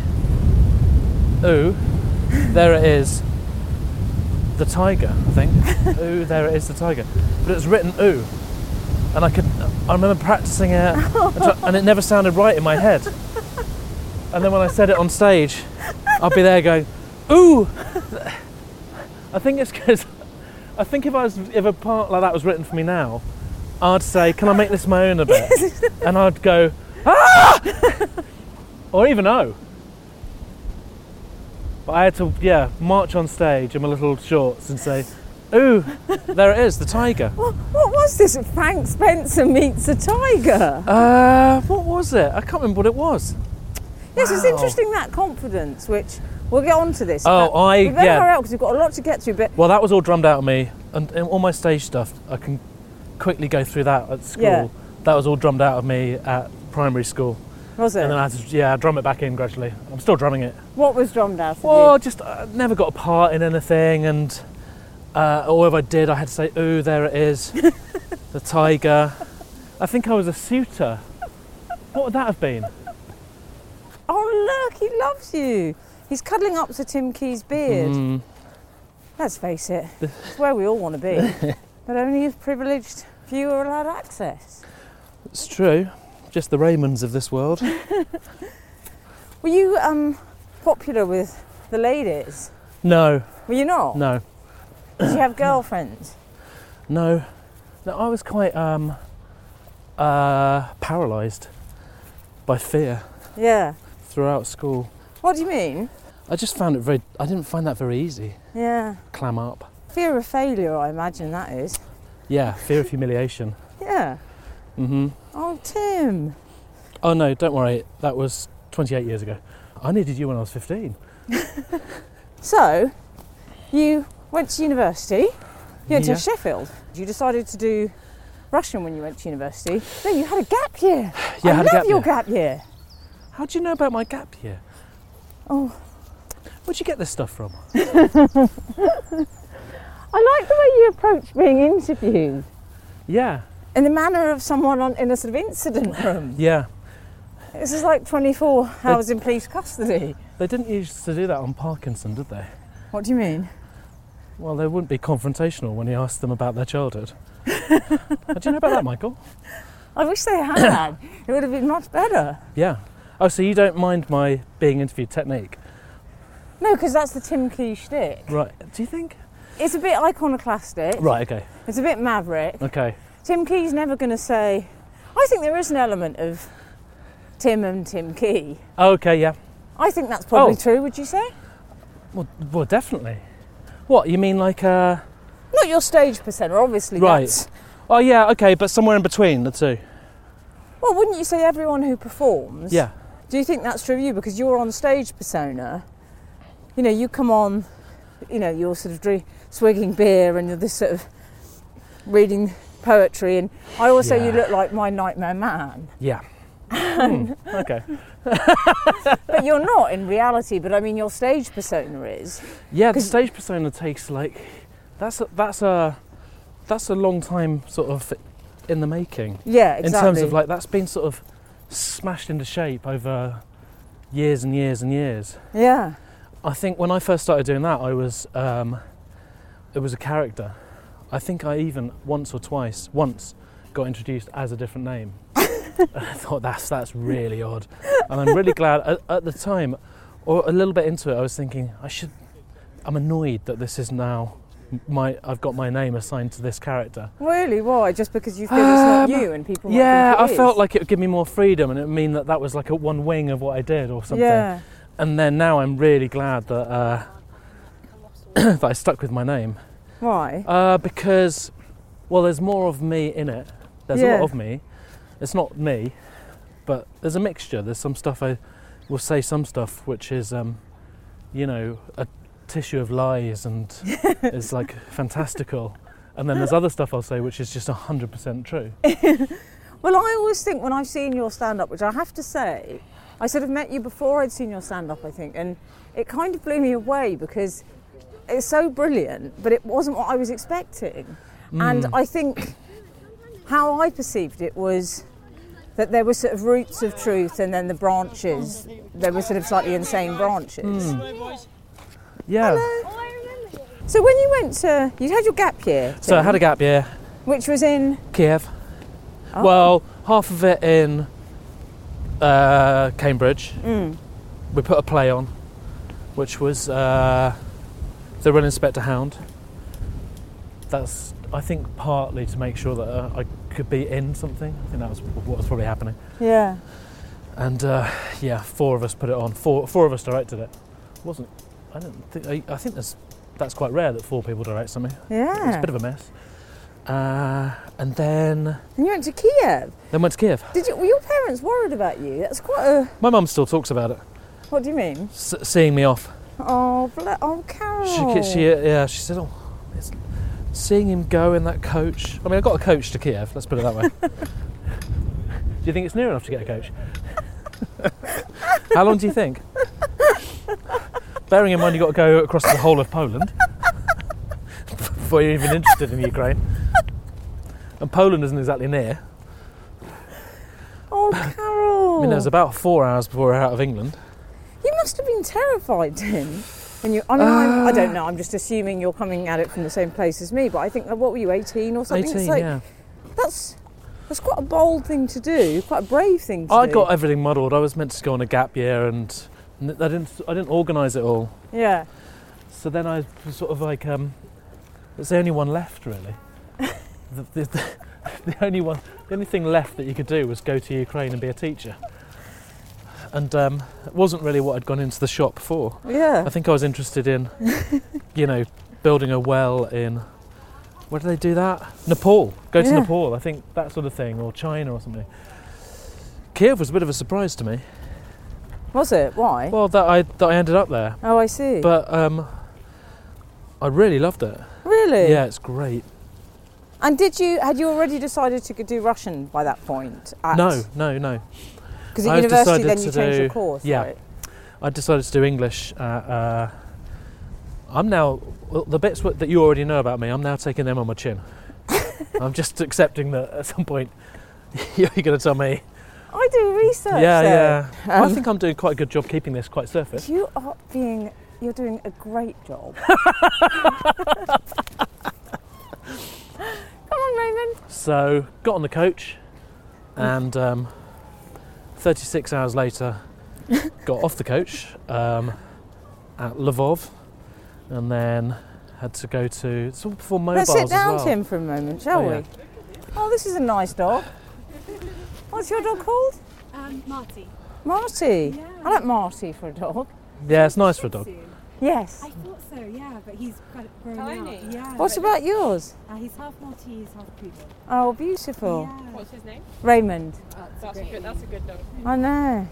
B: "Ooh, there it is, the tiger." I think, "Ooh, there it is, the tiger," but it was written "Ooh," and I could. I remember practicing it, and try- and it never sounded right in my head. And then when I said it on stage, I'd be there going, "Ooh." I think it's because I think if I was if a part like that was written for me now, I'd say, "Can I make this my own a bit?" and I'd go, "Ah!" or even "Oh." But I had to, yeah, march on stage in my little shorts and say, "Ooh, there it is, the tiger."
A: What, what was this? Frank Spencer meets a tiger.
B: Uh, what was it? I can't remember what it was.
A: Yes, it's
B: wow.
A: interesting that confidence, which we'll get on to this.
B: Oh,
A: but
B: I-
A: we better
B: yeah.
A: hurry up because we've got a lot to get to. But
B: Well, that was all drummed out of me, and, and all my stage stuff. I can quickly go through that at school.
A: Yeah.
B: That was all drummed out of me at primary school.
A: was it?
B: And then I had to, yeah, drum it back in gradually. I'm still drumming it.
A: what was drummed out of
B: Well, just uh, never got a part in anything, and uh, or if I did, I had to say, "Ooh, there it is, the tiger." I think I was a suitor. What would that have been?
A: you? Oh, look, he loves you. He's cuddling up to Tim Key's beard.
B: Mm,
A: Let's face it, it's where we all want to be. but only if privileged few are allowed access.
B: it's true. Just the Raymonds of this world.
A: Were you um, popular with the ladies?
B: No,
A: Were you not?
B: no.
A: Did you have girlfriends?
B: No, no, I was quite um, uh, paralysed by fear
A: Yeah.
B: throughout school.
A: What do you mean?
B: I just found it very. I didn't find that very easy.
A: Yeah.
B: Clam up.
A: Fear of failure, I imagine that is.
B: Yeah, fear of humiliation.
A: Yeah.
B: hmm
A: Oh, Tim.
B: Oh no, don't worry. That was 28 years ago. I needed you when I was 15.
A: So, you went to university. You went
B: Yeah.
A: to Sheffield. You decided to do Russian when you went to university. No, you had a gap year.
B: Yeah,
A: I
B: I had a
A: love
B: gap
A: your
B: year.
A: gap year.
B: How do you know about my gap year?
A: Oh.
B: Where'd you get this stuff from?
A: I like the way you approach being interviewed.
B: Yeah,
A: In the manner of someone on, in a sort of incident room.
B: yeah.
A: This is like 24 hours in police custody.
B: They didn't used to do that on Parkinson, did they?
A: What do you mean?
B: Well, they wouldn't be confrontational when you asked them about their childhood. How do you know about that, Michael?
A: I wish they had. it would have been much better.
B: Yeah. Oh, so you don't mind my being interviewed technique,
A: No, because that's the Tim Key shtick.
B: right? Do you think?
A: It's a bit iconoclastic.
B: Right. Okay.
A: It's a bit maverick.
B: Okay.
A: Tim Key's never going to say. I think there is an element of Tim and Tim Key.
B: Oh, Okay. Yeah.
A: I think that's probably
B: Oh.
A: true. Would you say?
B: Well, well, definitely. What you mean, like? Uh,
A: Not your stage persona, obviously.
B: Right.
A: that's-
B: oh, yeah. Okay, but somewhere in between the two.
A: well, wouldn't you say everyone who performs?
B: Yeah.
A: Do you think that's true of you? Because your on stage persona, you know, you come on, you know, you're sort of dri- swigging beer and you're this sort of reading poetry. And I also, you
B: Yeah.
A: look like my nightmare man.
B: Yeah. Hmm, okay.
A: But you're not in reality, but I mean, your stage persona is.
B: Yeah, the
A: 'Cause-
B: stage persona takes like that's a, that's a that's a long time sort of in the making
A: Yeah, exactly.
B: in terms of like that's been sort of smashed into shape over years and years and years.
A: Yeah.
B: I think when I first started doing that, I was um, it was a character. I think I even once or twice, once got introduced as a different name. And I thought that's that's really odd, and I'm really glad at, at the time, or a little bit into it, I was thinking I should. I'm annoyed that this is now my I've got my name assigned to this character.
A: Really? Why? Just because you feel it's not
B: Um,
A: you and people. might
B: Yeah,
A: think it
B: I
A: is.
B: felt like it would give me more freedom, and it would mean that that was like a one wing of what I did or something.
A: Yeah.
B: And then now I'm really glad that uh, that I stuck with my name
A: Why?
B: uh, because, well, there's more of me in it. There's a
A: Yeah.
B: lot of me. It's not me, but there's a mixture. There's some stuff I will say, some stuff which is, um, you know, a tissue of lies and is like fantastical. And then there's other stuff I'll say which is just 100% true.
A: Well, I always think when I've seen your stand up, which I have to say, I sort of met you before I'd seen your stand up, I think, and it kind of blew me away because it's so brilliant, but it wasn't what I was expecting.
B: Hmm.
A: And I think how I perceived it was that there were sort of roots of truth and then the branches, there were sort of slightly insane branches.
B: Hmm. Yeah.
A: So when you went to, you'd had your gap year,
B: So I
A: thing,
B: had a gap year,
A: which was in,
B: Kiev.
A: Oh.
B: Well, half of it in uh, Cambridge. We put a play on, which was uh, The Run Inspector Hound. That's, I think, partly to make sure that uh, I could be in something. I think that was what was probably happening.
A: yeah.
B: And uh, yeah, four of us put it on. Four, four of us directed it. wasn't. I don't think. I, I think that's that's quite rare that four people direct something. It was
A: Yeah.
B: a bit of a mess. Uh, and then
A: And you went to Kiev.
B: then went to Kiev.
A: Did you, were your parents worried about you? That's quite a,
B: My mum still talks about it,
A: what do you mean?
B: s- seeing me off.
A: Oh, ble- oh, Carol.
B: She, ki- she, yeah, she said, "Oh, it's seeing him go in that coach." I mean, I got a coach to Kiev. Let's put it that way. do you think it's near enough to get a coach? How long do you think? Bearing in mind you got to go across the whole of Poland before you're even interested in Ukraine, and Poland isn't exactly near.
A: Oh, Carol.
B: I mean, there's about four hours before we're out of England.
A: You must have been terrified, Tim. When you, I mean, I'm, I don't know. I'm just assuming you're coming at it from the same place as me. But I think, uh, what were you, 18 or something? It's
B: 18,
A: like,
B: yeah.
A: That's that's quite a bold thing to do. Quite a brave thing to
B: I
A: do.
B: got everything muddled. I was meant to go on a gap year, and n- I didn't. I didn't organise it all.
A: Yeah.
B: So then I was sort of like, um, there's the only one left, really. the, the, the, the only one, the only thing left that you could do was go to Ukraine and be a teacher. And um, it wasn't really what I'd gone into the shop for.
A: Yeah.
B: I think I was interested in, you know, building a well in. Where do they do that? Nepal. Go to
A: Yeah.
B: Nepal. I think that sort of thing, or China or something. Kiev was a bit of a surprise to me.
A: Was it? Why?
B: Well, that I that I ended up there,
A: oh, I see.
B: but um, I really loved it.
A: really?
B: Yeah, it's great.
A: And did you had you already decided to do Russian by that point? At,
B: No, no, no.
A: Because at
B: I've
A: university,
B: decided
A: then you
B: to
A: changed your
B: do-
A: course.
B: yeah.
A: Right?
B: I decided to do English. Uh, uh, I'm now well, the bits wh- that you already know about me. I'm now taking them on my chin. I'm just accepting that at some point you're going to tell me.
A: I do research.
B: yeah,
A: though.
B: yeah. Well,
A: Um,
B: I think I'm doing quite a good job keeping this quite surface.
A: You are being, you're doing a great job. Come on, Raymond.
B: So got on the coach, and um, 36 hours later, got off the coach um, at Lvov, and then had to go to it's all before mobiles
A: Let's sit down,
B: as well.
A: Tim, for a moment, shall
B: Oh,
A: we?
B: yeah.
A: Oh, this is a nice dog. What's your dog called?
E: Um, Marty.
A: Marty.
E: Yeah.
A: I like Marty for a dog.
B: Yeah, it's nice for a dog.
A: Yes.
E: I thought so, yeah, but he's got grown
F: Tiny.
E: out. Yeah.
A: What
E: but-
A: about yours?
E: Uh, he's half Maltese, half poodle.
A: Oh, beautiful.
E: Yeah.
F: What's his name?
A: Raymond.
F: That's a
E: great
F: good. That's a good dog.
A: I know.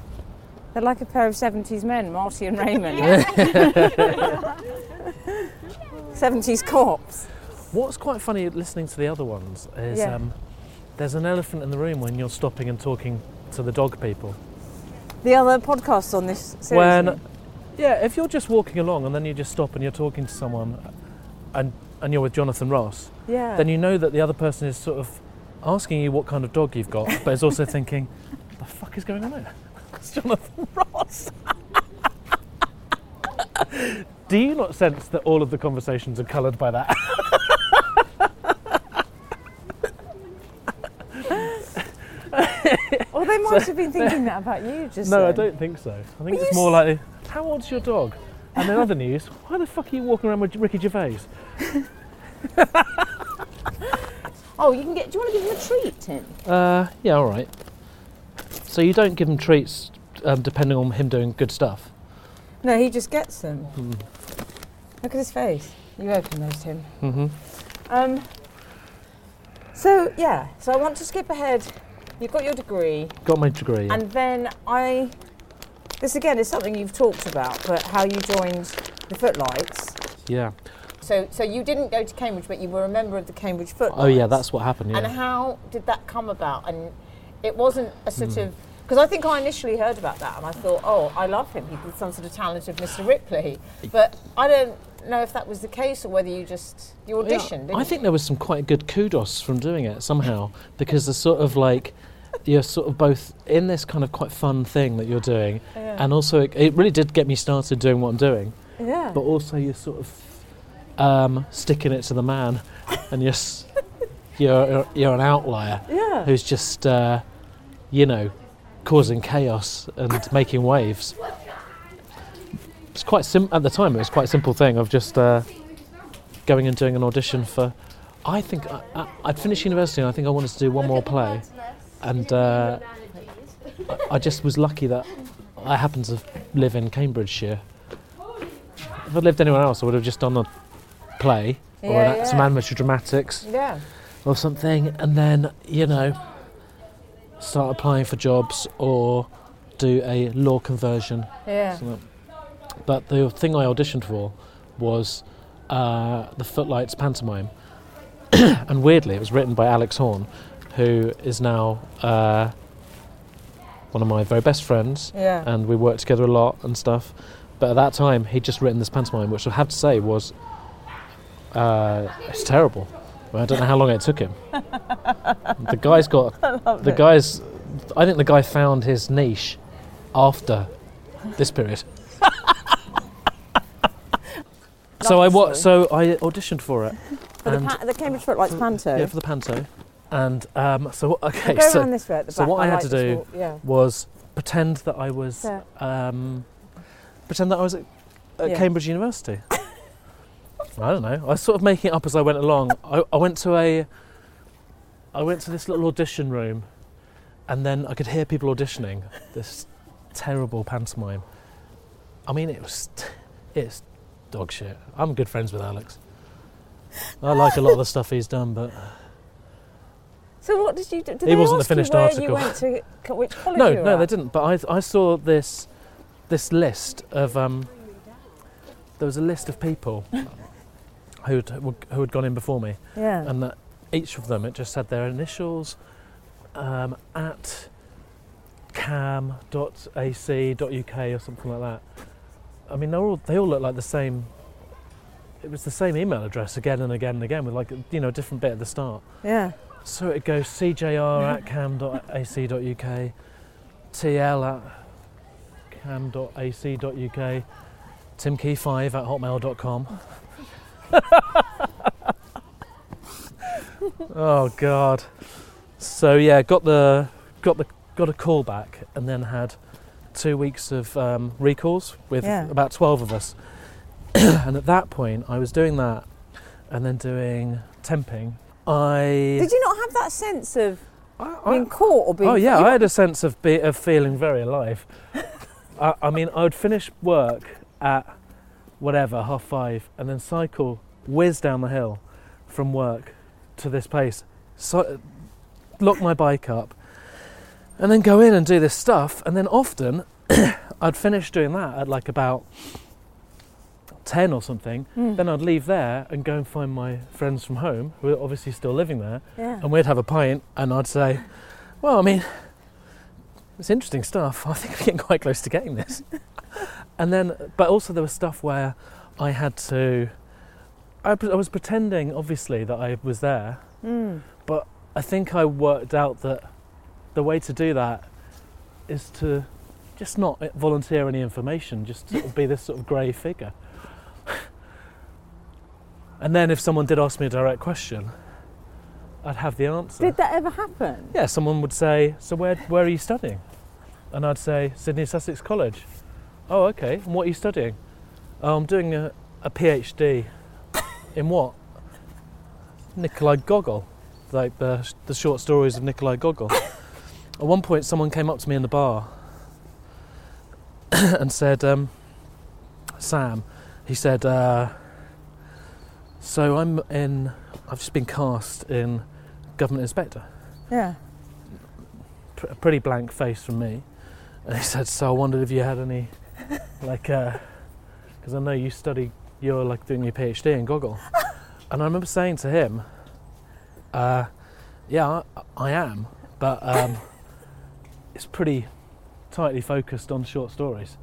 A: They're like a pair of 70s men, Marty and Raymond. 70s cops.
B: What's quite funny listening to the other ones is
A: Yeah.
B: um, there's an elephant in the room when you're stopping and talking to the dog people.
A: The other podcasts on this series.
B: When, yeah, if you're just walking along and then you just stop and you're talking to someone, and and you're with Jonathan Ross,
A: yeah.
B: then you know that the other person is sort of asking you what kind of dog you've got, but is also thinking, the fuck is going on here? It's Jonathan Ross. Do you not sense that all of the conversations are coloured by that?
A: Or they might have been thinking that about you just
B: no, I
A: then.
B: don't think so. I think
A: Well,
B: it's
A: you
B: more like, how old's your dog? And in other news, why the fuck are you walking around with Ricky Gervais?
A: Oh, you can get. Do you want to give them a treat, Tim?
B: Uh, yeah, all right. So you don't give him treats um, depending on him doing good stuff.
A: No, he just gets them.
B: Hmm.
A: Look at his face. You open those, Tim.
B: Mm-hmm.
A: Um, so yeah, so I want to skip ahead. You've got your degree,
B: Got my degree. yeah.
A: and then I. This again is something you've talked about, but how you joined the Footlights.
B: yeah.
A: So, so you didn't go to Cambridge, but you were a member of the Cambridge Footlights.
B: Oh yeah, that's what happened.
A: And
B: Yeah.
A: how did that come about? And it wasn't a sort of because I think I initially heard about that and I thought, oh, I love him. He's some sort of talented Mr. Ripley. But I don't know if that was the case or whether you just you
B: Yeah,
A: auditioned. didn't
B: I
A: you?
B: think there was some quite good kudos from doing it somehow because there's sort of like you're sort of both in this kind of quite fun thing that you're doing,
A: Yeah.
B: and also it, it really did get me started doing what I'm doing.
A: yeah.
B: But also you're sort of um, sticking it to the man, and you're s- you're you're an outlier
A: yeah.
B: who's just uh, you know causing chaos and making waves. It's quite sim- at the time. It was quite a simple thing of just uh, going and doing an audition for. I think I, I, I'd finished university and I think I wanted to do one more play, and uh, I, I just was lucky that I happened to live in Cambridgeshire. If I'd lived anywhere else, I would have just done a play or
A: Yeah,
B: an,
A: yeah.
B: some amateur dramatics
A: yeah.
B: or something, and then you know, start applying for jobs or do a law conversion.
A: Yeah.
B: So that- But the thing I auditioned for was uh, the Footlights pantomime, and weirdly, it was written by Alex Horn, who is now uh, one of my very best friends,
A: Yeah.
B: and we worked together a lot and stuff. But at that time, he'd just written this pantomime, which I have to say was uh, it's terrible. I don't know how long it took him. the guy's got the guy's. I think the guy found his niche after this period. so I wa- so I auditioned for it.
A: For the,
B: and-
A: pa- the Cambridge Footlights panto.
B: Yeah, for the panto. And um, so what- okay,
A: go
B: so
A: around this way at the
B: so
A: back.
B: what I had
A: like
B: to
A: this
B: do-
A: walk, Yeah.
B: was pretend that I was
A: Yeah.
B: um, pretend that I was at, at
A: Yeah.
B: Cambridge University. I don't know. I was sort of making it up as I went along. I, I went to a I went to this little audition room, and then I could hear people auditioning this terrible pantomime. I mean, it was it's dog shit. I'm good friends with Alex. I like a lot of the stuff he's done, but
A: So what did you do? Did
B: It
A: they
B: wasn't the
A: ask you
B: finished
A: where You
B: article.
A: went to co- which college
B: no,
A: you were
B: no, they
A: at?
B: didn't. But I, I saw this this list of um, there was a list of people who'd, who had gone in before me,
A: Yeah.
B: and that each of them it just said their initials um, at cam.ac.uk or something like that. I mean, they all they all look like the same. It was the same email address again and again and again with like you know a different bit at the start.
A: yeah.
B: So it goes cjr at cam.ac.uk, tl at cam.ac.uk, timkey5 at hotmail.com. oh god. So yeah, got the got the got a call back and then had two weeks of um, recalls with
A: Yeah.
B: about twelve of us. and at that point, I was doing that and then doing temping. I
A: Did you not have that sense of
B: I- uh, I-
A: being caught or being?
B: oh yeah,
A: you-
B: I had a sense of be, of feeling very alive. I, I mean, I would finish work at whatever half five, and then cycle whiz down the hill from work to this place, so, lock my bike up, and then go in and do this stuff. And then often, I'd finish doing that at like about ten or something.
A: Mm.
B: Then I'd leave there and go and find my friends from home, who are obviously still living there
A: yeah.
B: and we'd have a pint, and I'd say, "Well, I mean, it's interesting stuff. I think I'm getting quite close to getting this." and then, but also there was stuff where I had to. I, pre- I was pretending, obviously, that I was there.
A: Mm.
B: I think I worked out that the way to do that is to just not eh, volunteer any information, just sort of be this sort of grey figure. and then if someone did ask me a direct question, I'd have the answer.
A: Did that ever happen?
B: Yeah, someone would say, "So where where are you studying?" And I'd say, "Sydney Sussex College." Oh, okay. And what are you studying? "Oh, I'm doing a, a PhD. in what? Nikolai Gogol, like the the short stories of Nikolai Gogol. At one point, someone came up to me in the bar and said, um, "Sam," he said, uh, "So I'm in. I've just been cast in Government Inspector."
A: Yeah.
B: pr- a pretty blank face from me, and he said, "So I wondered if you had any, like, because I know you study, you're like doing your PhD in Gogol," and I remember saying to him, uh, "Yeah, I, I am, but um, it's pretty tightly focused on short stories."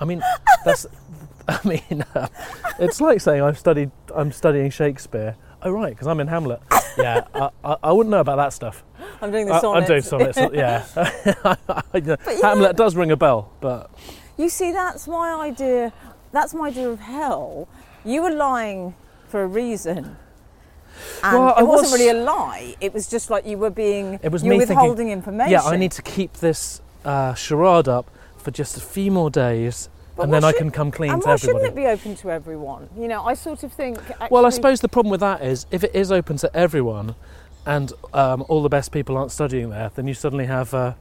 B: I mean, that's, I mean, uh, it's like saying I've studied, I'm studying Shakespeare. Oh right, because I'm in Hamlet. Yeah, I, I, I wouldn't know about that stuff.
A: I'm doing
B: I-
A: the
B: I'm
A: sonnets.
B: doing sonnets, yeah. Hamlet does ring a bell, but
A: You see, that's my idea. That's my idea of hell. You were lying for a reason. And
B: Well, I
A: it wasn't
B: was-
A: really a lie. It was just like you were being.
B: It was
A: you were
B: me thinking,
A: withholding information.
B: yeah, I need to keep this uh, charade up for just a few more days,
A: But
B: and
A: why
B: then I
A: should-
B: can come clean
A: And
B: to
A: why shouldn't
B: everybody.
A: it be open to everyone? You know, I sort of think. Actually,
B: well, I suppose the problem with that is if it is open to everyone, and um, all the best people aren't studying there, then you suddenly have. Uh,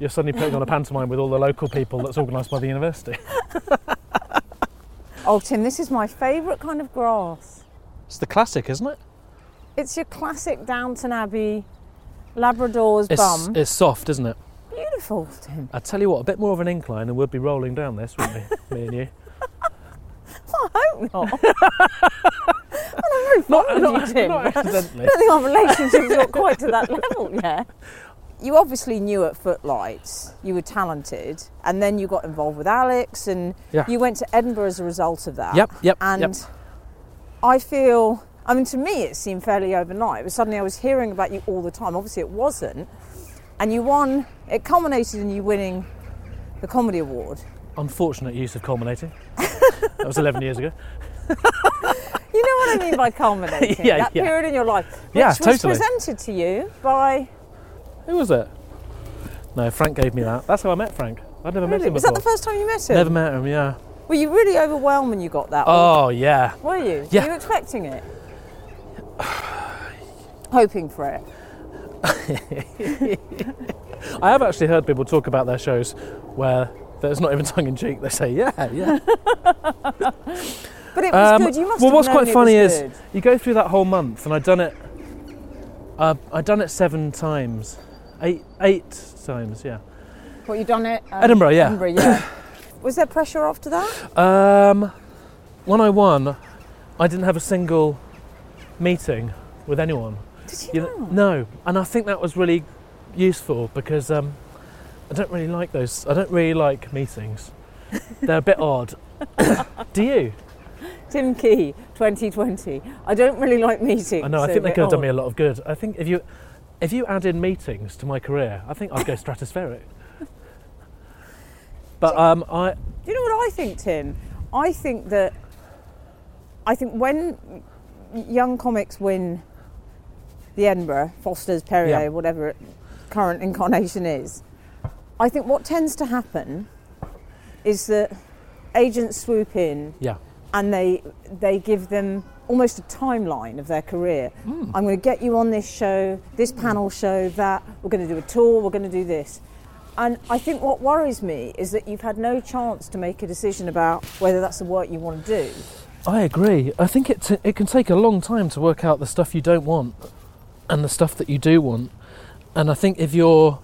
B: you're suddenly putting on a pantomime with all the local people that's organised by the university.
A: Oh, Tim, this is my favourite kind of grass.
B: It's the classic, isn't it?
A: It's your classic Downton Abbey, Labrador's
B: It's,
A: bum. Hmm.
B: it's soft, isn't it?
A: Beautiful, Tim.
B: I tell you what, a bit more of an incline, and we'd be rolling down this, wouldn't we? me and you.
A: Hope not. well, I'm very fond of you, Tim.
B: not accidentally.
A: I don't think our relationship's got quite to that level yet. You obviously knew at Footlights you were talented, and then you got involved with Alex, and
B: Yeah.
A: you went to Edinburgh as a result of that.
B: Yep, yep,
A: And
B: yep.
A: I feel, I mean, to me, it seemed fairly overnight, but suddenly I was hearing about you all the time. Obviously, it wasn't. And you won, it culminated in you winning the Comedy Award.
B: Unfortunate use of culminating. that was 11 years ago.
A: You know what I mean by culminating?
B: Yeah,
A: that
B: yeah.
A: period in your life. Which
B: Yeah,
A: was
B: totally.
A: presented to you by.
B: Who was it? No, Frank gave me that. That's how I met Frank. I'd never met
A: Really?
B: him
A: Was
B: before.
A: that the first time you met him?
B: Never met him, yeah.
A: Were you really overwhelmed when you got that? or
B: Oh, yeah.
A: Were you?
B: yeah.
A: Were you expecting it? Hoping for it.
B: I have actually heard people talk about their shows where there's not even tongue in cheek. They say, yeah, yeah.
A: But it was
B: Um,
A: good. You must
B: well,
A: have
B: what's
A: known
B: quite
A: it
B: funny
A: was
B: is
A: good.
B: you go through that whole month, and I'd done it. Uh, I'd done it seven times, eight, eight times, yeah.
A: What, you done it? um,
B: Edinburgh, yeah.
A: Edinburgh, yeah. was there pressure after that?
B: Um, when I won, I didn't have a single meeting with anyone.
A: Did you,
B: You know- no, and I think that was really useful because um, I don't really like those. I don't really like meetings. They're a bit odd. Do you?
A: Tim Key, 2020. I don't really like meetings.
B: I know. I
A: so
B: think
A: we're
B: they
A: oh,
B: could have done me a
A: on.
B: lot of good. I think if you if you add in meetings to my career, I think I'd go stratospheric. But um, I
A: Do you know what I think, Tim? I think that I think when young comics win the Edinburgh, Foster's, Perrier,
B: Yeah.
A: whatever it- current incarnation is, I think what tends to happen is that agents swoop in
B: yeah
A: and they they give them almost a timeline of their career. I'm going to get you on this show, this panel show, that we're going to do a tour, we're going to do this. And I think what worries me is that you've had no chance to make a decision about whether that's the work you want to do.
B: I agree. I think it, t- it can take a long time to work out the stuff you don't want and the stuff that you do want. And I think if you're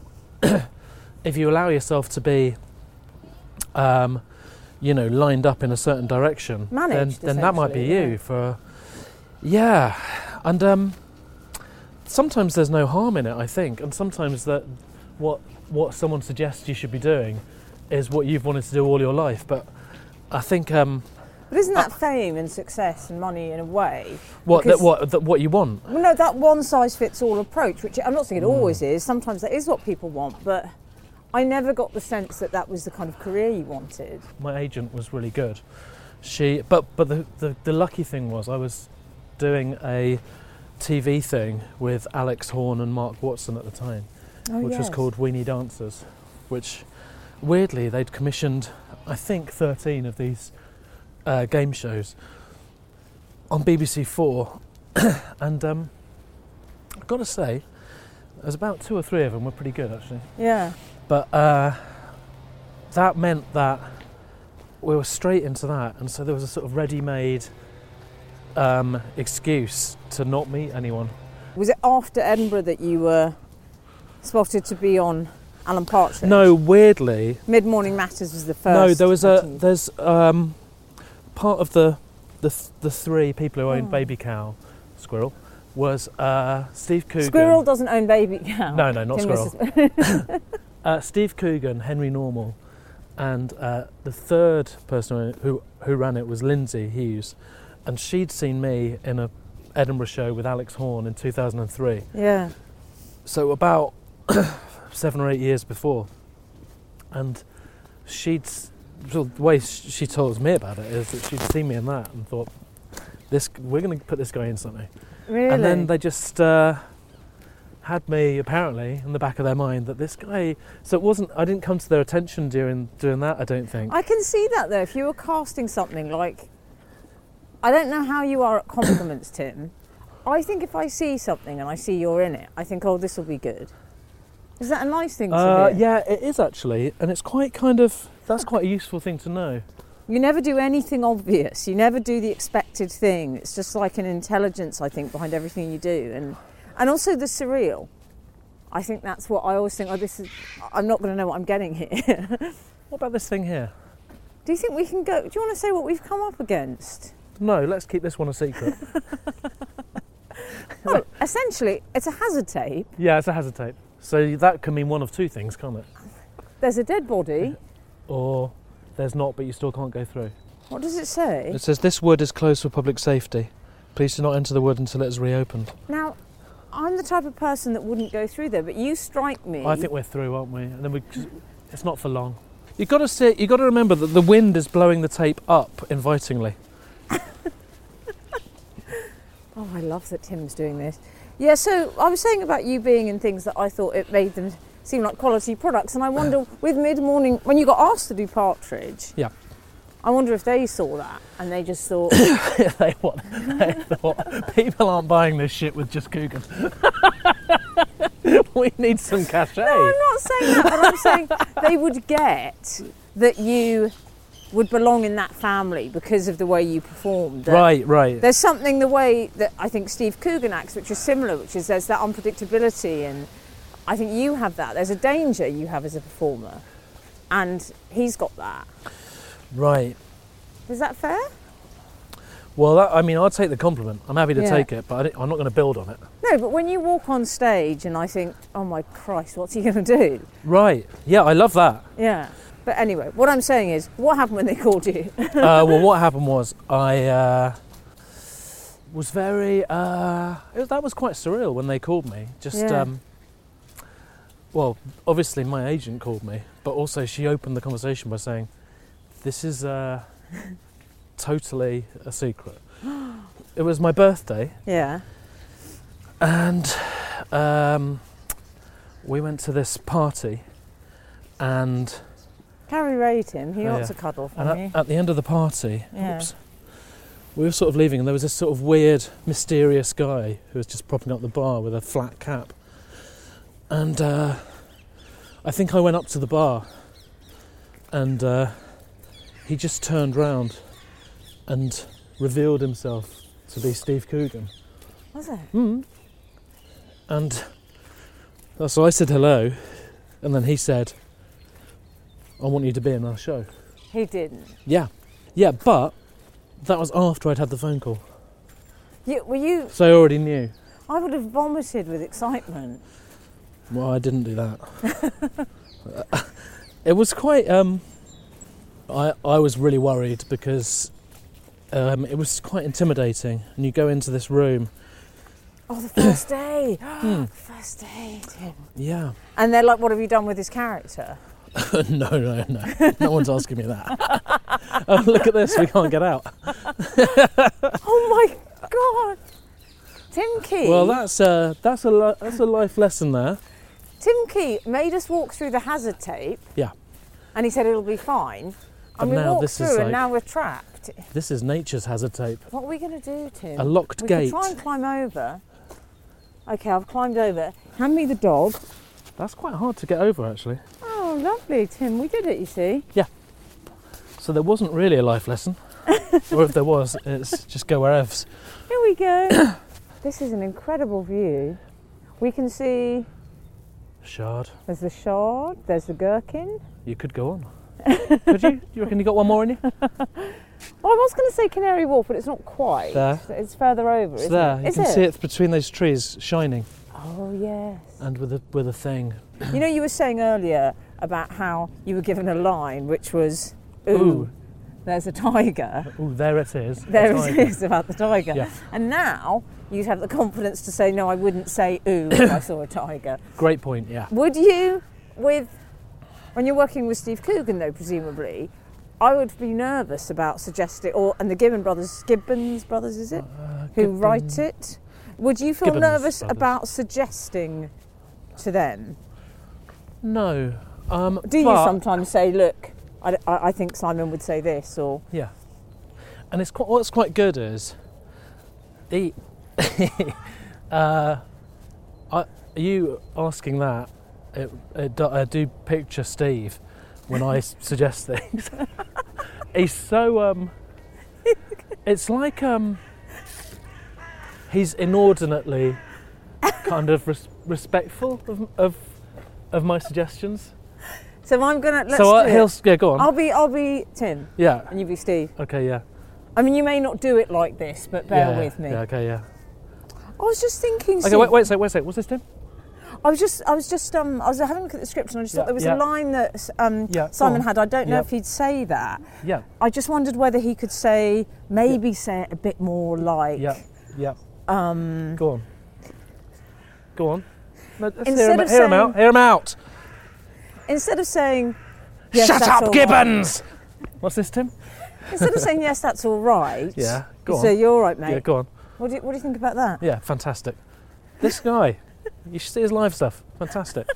B: if you allow yourself to be, um, you know, lined up in a certain direction,
A: Managed,
B: then, then that might be
A: essentially,
B: you
A: yeah.
B: for, yeah. And um, sometimes there's no harm in it, I think. And sometimes that what what someone suggests you should be doing is what you've wanted to do all your life. But I think um,
A: But isn't that fame and success and money in a way?
B: what that,
A: Because-
B: what that, what you want.
A: Well, Hmm. no, that one size fits all approach, which I'm not saying it always is. Sometimes that is what people want, but I never got the sense that that was the kind of career you wanted.
B: my agent was really good. She, but but the, the, the lucky thing was I was doing a TV thing with Alex Horn and Mark Watson at the time,
A: Oh,
B: which was
A: yes.
B: called Weenie Dancers, which weirdly they'd commissioned I think 13 of these uh, game shows on BBC Four, and um, I've got to say, there's about two or three of them were pretty good actually
A: Yeah.
B: but uh, that meant that we were straight into that, and so there was a sort of ready-made um, excuse to not meet anyone.
A: Was it after Edinburgh that you were spotted to be on Alan Partridge?
B: No, weirdly,
A: Mid Morning Matters was the first.
B: no, there was a
A: I think.
B: there's um, part of the the th- the three people who owned
A: Oh.
B: Baby Cow, Squirrel, was uh, Steve Coogan.
A: Squirrel doesn't own baby cow.
B: No, no, not
A: Tim
B: Squirrel.
A: was-
B: Uh, Steve Coogan, Henry Normal, and uh, the third person who who ran it was Lindsay Hughes, and she'd seen me in a Edinburgh show with Alex Horn in 2003.
A: Yeah.
B: So about seven or eight years before, and she'd s- so the way sh- she told me about it is that she'd seen me in that and thought, this we're going to put this guy in something.
A: Really?
B: And then they just uh, had me apparently in the back of their mind that this guy. So it wasn't. I didn't come to their attention during doing that. I don't think.
A: I can see that though. If you were casting something like, I don't know how you are at compliments, Tim. I think if I see something and I see you're in it, I think, oh, this will be good. Is that a nice thing to
B: Uh,
A: do?
B: yeah, it is actually, and it's quite kind of. That's quite a useful thing to know.
A: You never do anything obvious. You never do the expected thing. It's just like an intelligence, I think, behind everything you do, and and also the surreal. I think that's what I always think. Oh, this is. I'm not going to know what I'm getting here.
B: What about this thing here?
A: do you think we can go? Do you want to say what we've come up against?
B: No, let's keep this one a secret. Oh.
A: Well, essentially, it's a hazard tape.
B: yeah, it's a hazard tape. So that can mean one of two things, can't it?
A: There's a dead body.
B: Or there's not, but you still can't go through.
A: What does it say?
B: It says this wood is closed for public safety. Please do not enter the wood until it is reopened.
A: Now, I'm the type of person that wouldn't go through there, but you strike me.
B: I think we're through, aren't we? And then we, it's not for long. You got to see. You got to remember that the wind is blowing the tape up invitingly.
A: Oh, I love that Tim's doing this. Yeah, so I was saying about you being in things that I thought it made them seem like quality products, and I wonder with mid morning when you got asked to do Partridge.
B: Yeah.
A: I wonder if they saw that and they just thought,
B: they, want, they thought people aren't buying this shit with just Coogan. we need some cachet.
A: No, I'm not saying that, but I'm saying they would get that you would belong in that family because of the way you performed. that
B: right, right.
A: There's something the way that I think Steve Coogan acts, which is similar, which is there's that unpredictability, and I think you have that. There's a danger you have as a performer, and he's got that.
B: Right.
A: Is that fair?
B: Well, that, I mean, I'll take the compliment. I'm happy to
A: Yeah.
B: take it, but I don't- I'm not going to build on it.
A: No, but when you walk on stage and I think, oh my Christ, what's he going to do?
B: Right. Yeah, I love that.
A: Yeah. But anyway, what I'm saying is, what happened when they called you?
B: uh, well, what happened was I uh, was very. Uh, it, was- that was quite surreal when they called me. Just.
A: Yeah.
B: Um, well, obviously my agent called me, but also she opened the conversation by saying, "This is uh, totally a secret." it was my birthday,
A: yeah.
B: and um, we went to this party, and
A: Carry Ray, Tim. He
B: Oh,
A: wants
B: yeah.
A: a cuddle from
B: And
A: you.
B: at, at the end of the party,
A: Yeah.
B: oops, we were sort of leaving, and there was this sort of weird, mysterious guy who was just propping up the bar with a flat cap. And uh, I think I went up to the bar, and uh, he just turned round and revealed himself to be Steve Coogan.
A: Was it?
B: Mm. And so I said hello, and then he said, I want you to be in our show.
A: He didn't.
B: Yeah, yeah, but that was after I'd had the phone call,
A: You, were you?
B: so I already knew.
A: I would have vomited with excitement.
B: Well, I didn't do that. it was quite. Um, I I was really worried because um, it was quite intimidating, and you go into this room,
A: Oh, the first day.
B: Hmm.
A: the first day, Tim.
B: Yeah.
A: And they're like, what have you done with his character?
B: no, no, no. No one's asking me that. oh, look at this. We can't get out.
A: Oh my God. Tim Key.
B: Well, that's a that's a li- that's a life lesson there.
A: Tim Key made us walk through the hazard tape.
B: Yeah.
A: And he said it'll be fine. And,
B: And
A: we
B: now
A: walked
B: this
A: through
B: is
A: and
B: like-
A: now we're trapped.
B: This is nature's hazard tape.
A: What are we going to do, Tim?
B: A locked
A: we
B: gate.
A: could try and climb over. Okay, I've climbed over. Hand me the dog.
B: That's quite hard to get over, actually.
A: Oh, lovely, Tim. We did it, you see.
B: So there wasn't really a life lesson, or if there was, it's just go wherever.
A: Here we go. this is an incredible view. We can see
B: Shard.
A: there's the shard, there's the gherkin.
B: You could go on. could you? Do you reckon you got one more in you?
A: Oh, I was going to say Canary Wharf, but it's not quite.
B: There.
A: It's further over,
B: It's
A: isn't
B: there.
A: it?
B: You
A: Is
B: can
A: it?
B: see it between those trees, shining,
A: Oh, yes.
B: and with a with a thing.
A: You know, you were saying earlier about how you were given a line which was, ooh,
B: Ooh.
A: there's a tiger.
B: Oh, there it is.
A: There
B: That's
A: it
B: right.
A: is about the tiger.
B: Yeah.
A: And now you'd have the confidence to say, no, I wouldn't say ooh if I saw a tiger.
B: Great point. Yeah.
A: Would you, with, when you're working with Steve Coogan, though, presumably, I would be nervous about suggesting, or and the Gibbon brothers, Gibbons brothers, is it,
B: Uh,
A: who write it? Would you feel
B: Gibbons
A: nervous
B: brothers.
A: about suggesting to them?
B: No. Um,
A: Do you
B: but-
A: sometimes say, look, I, I- I think Simon would say this, or
B: Yeah. And it's quite, what's quite good is the. uh, I, you asking that, it, it, do- I do picture Steve when I s- suggest things. he's so. Um, it's like um, he's inordinately kind of res- respectful of, of, of my suggestions.
A: so I'm gonna. Let's
B: so
A: do
B: I,
A: it.
B: he'll. s- Yeah, go on.
A: I'll be, I'll be Tim,
B: yeah.
A: and you be Steve.
B: Okay, yeah.
A: I mean, you may not do it like this, but bear
B: yeah,
A: with me.
B: Yeah, okay, yeah.
A: I was just thinking.
B: Okay,
A: Steve,
B: wait, wait a sec, wait a sec. What's this, Tim?
A: I was just, I was just, um, I was having a look at the script, and I just
B: Yeah,
A: thought there was
B: yeah.
A: a line that um,
B: Yeah, go
A: Simon
B: on.
A: had. I don't know
B: Yeah.
A: if he'd say that.
B: Yeah,
A: I just wondered whether he could say, maybe say it a bit more like.
B: yeah, yeah.
A: Um,
B: Go on. Go on. No, Let's hear
A: Instead
B: him,
A: of
B: hear him
A: saying-
B: out. Hear him out.
A: instead of saying. Yes,
B: Shut
A: that's
B: up,
A: all right,"
B: Gibbons! What's this, Tim?
A: Instead of saying yes, that's all right.
B: Yeah,
A: you
B: go on.
A: say you're all right, mate.
B: Yeah, go on.
A: what, do you, what do you think about that?
B: Yeah, fantastic. This guy, you should see his live stuff. Fantastic.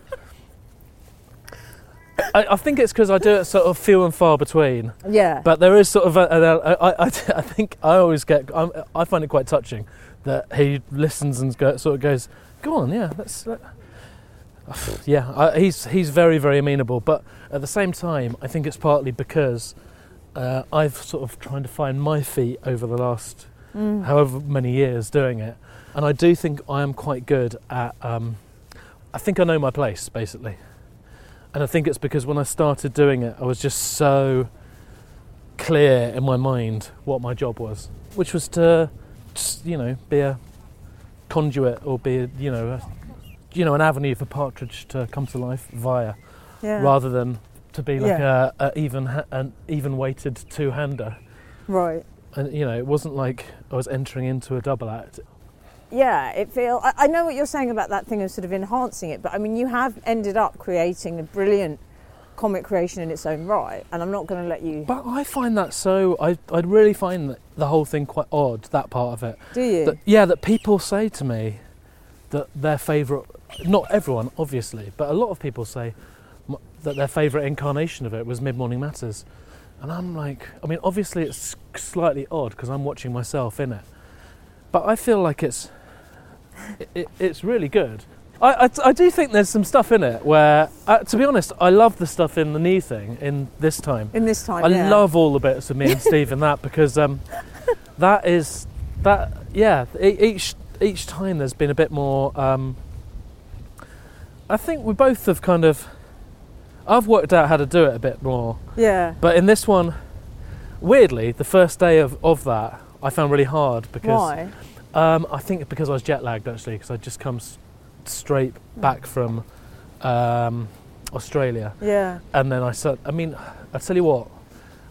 B: I, I think it's because I do it sort of few and far between,
A: Yeah.
B: but there is sort of a, an- I I- I think I always get, I'm, I find it quite touching that he listens and go, sort of goes, go on, yeah, let's, let, yeah, I, he's he's very very amenable, but at the same time, I think it's partly because uh, I've sort of trying to find my feet over the last
A: Mm.
B: however many years doing it, and I do think I am quite good at. Um, I think I know my place basically, and I think it's because when I started doing it, I was just so clear in my mind what my job was, which was to, just, you know, be a conduit or be a, you know a you know, an avenue for Partridge to come to life via,
A: yeah.
B: rather than to be like a, a even ha- an even weighted two hander.
A: Right.
B: And you know, it wasn't like I was entering into a double act.
A: Yeah, it feel. I, I know what you're saying about that thing of sort of enhancing it, but I mean, you have ended up creating a brilliant comic creation in its own right, and I'm not going to let you.
B: But I find that so. I I really find that the whole thing quite odd. That part of it.
A: Do you?
B: That, yeah, that people say to me that their favourite. Not everyone, obviously, but a lot of people say m- that their favourite incarnation of it was Mid Morning Matters, and I'm like, I mean, obviously it's slightly odd because I'm watching myself in it, but I feel like it's it, it, it's really good. I, I, I do think there's some stuff in it where, uh, to be honest, I love the stuff in the knee thing in this time.
A: in this time,
B: I
A: yeah.
B: love all the bits of me and Steve in that because um, that is that yeah e- each each time there's been a bit more. Um, I think we both have kind of I've worked out how to do it a bit more,
A: Yeah.
B: but in this one, weirdly, the first day of, of that I found really hard because
A: Why?
B: um, I think because I was jet lagged actually because I just come s- straight back from um, Australia
A: Yeah.
B: and then I said, I mean, I tell you what,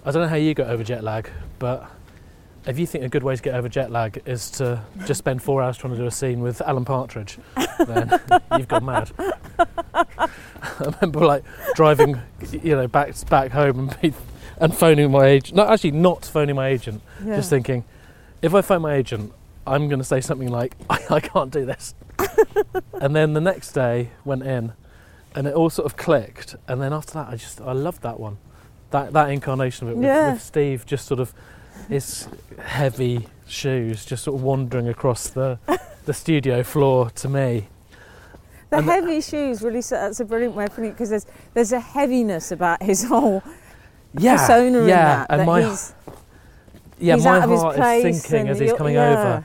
B: I don't know how you got over jet lag, but if you think a good way to get over jet lag is to just spend four hours trying to do a scene with Alan Partridge, then you've gone mad. I remember like driving, you know, back back home and be, and phoning my agent. No, actually, not phoning my agent.
A: Yeah.
B: Just thinking, if I phone my agent, I'm going to say something like, I, I can't do this. and then the next day went in, and it all sort of clicked. And then after that, I just I loved that one, that that incarnation of it with,
A: Yeah.
B: with Steve, just sort of his heavy shoes, just sort of wandering across the the studio floor to me.
A: The
B: And-
A: heavy shoes really set, that's a brilliant way of putting it because there's there's a heaviness about his whole
B: Yeah,
A: persona
B: yeah,
A: in that.
B: and
A: that
B: my
A: he's,
B: yeah,
A: he's
B: my
A: out of his
B: heart
A: place
B: is sinking
A: and
B: as he's
A: you're-
B: coming
A: yeah.
B: over.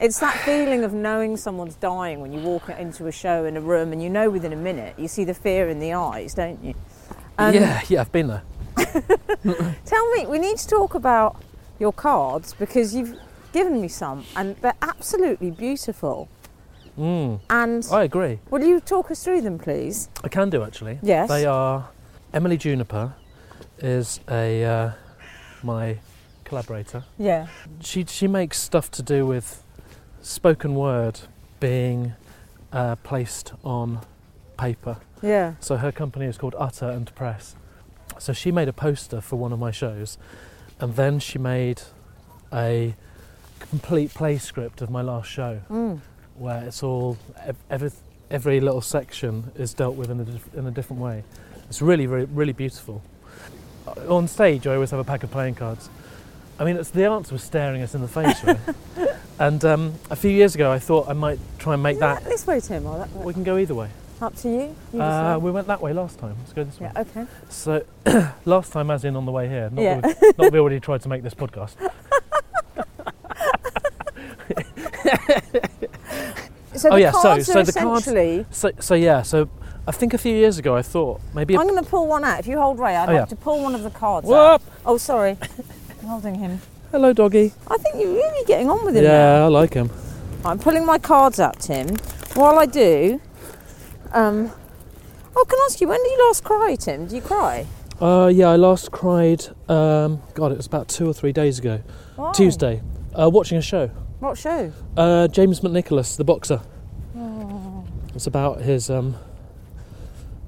A: It's that feeling of knowing someone's dying when you walk into a show in a room and you know within a minute you see the fear in the eyes, don't you? Um,
B: yeah, yeah, I've been there.
A: Tell me, we need to talk about your cards because you've given me some and they're absolutely beautiful.
B: Mm,
A: And
B: I agree.
A: will you talk us through them, please?
B: I can do actually.
A: Yes.
B: They are. Emily Juniper is a uh, my collaborator.
A: Yeah.
B: She she makes stuff to do with spoken word being uh, placed on paper.
A: Yeah.
B: So her company is called Utter and Press. So she made a poster for one of my shows, and then she made a complete play script of my last show,
A: Mm.
B: where it's all ev- every every little section is dealt with in a dif- in a different way. It's really really really beautiful. Uh, On stage, I always have a pack of playing cards. I mean, it's, the answer was staring us in the face, really. and um, a few years ago, I thought I might try and make that.
A: This way, Tim, or that way.
B: We can go either way.
A: Up to you. you
B: Uh,
A: decide.
B: we went that way last time. Let's go this way.
A: yeah, okay.
B: So, last time, as in on the way here, not,
A: Yeah.
B: that we've, not that we already tried to make this podcast.
A: So
B: Oh,
A: the
B: yeah, so-
A: cards
B: so
A: are
B: the cards-
A: essentially.
B: So, so yeah, so I think a few years ago I thought maybe. a-
A: I'm going to pull one out. If you hold Ray, I'd
B: Oh,
A: like
B: yeah.
A: to pull one of the cards out.
B: Whoop!
A: Oh, sorry. I'm holding him.
B: Hello, doggy.
A: I think you're really getting on with him now.
B: Yeah, I like him.
A: I'm pulling my cards out, Tim. While I do, um, oh, can I ask you, when did you last cry, Tim? Do you cry?
B: Uh, yeah, I last cried. Um, God, it was about two or three days ago,
A: Why?
B: Tuesday, uh, watching a show.
A: What show?
B: Uh, James McNicholas, the boxer. It's about his um,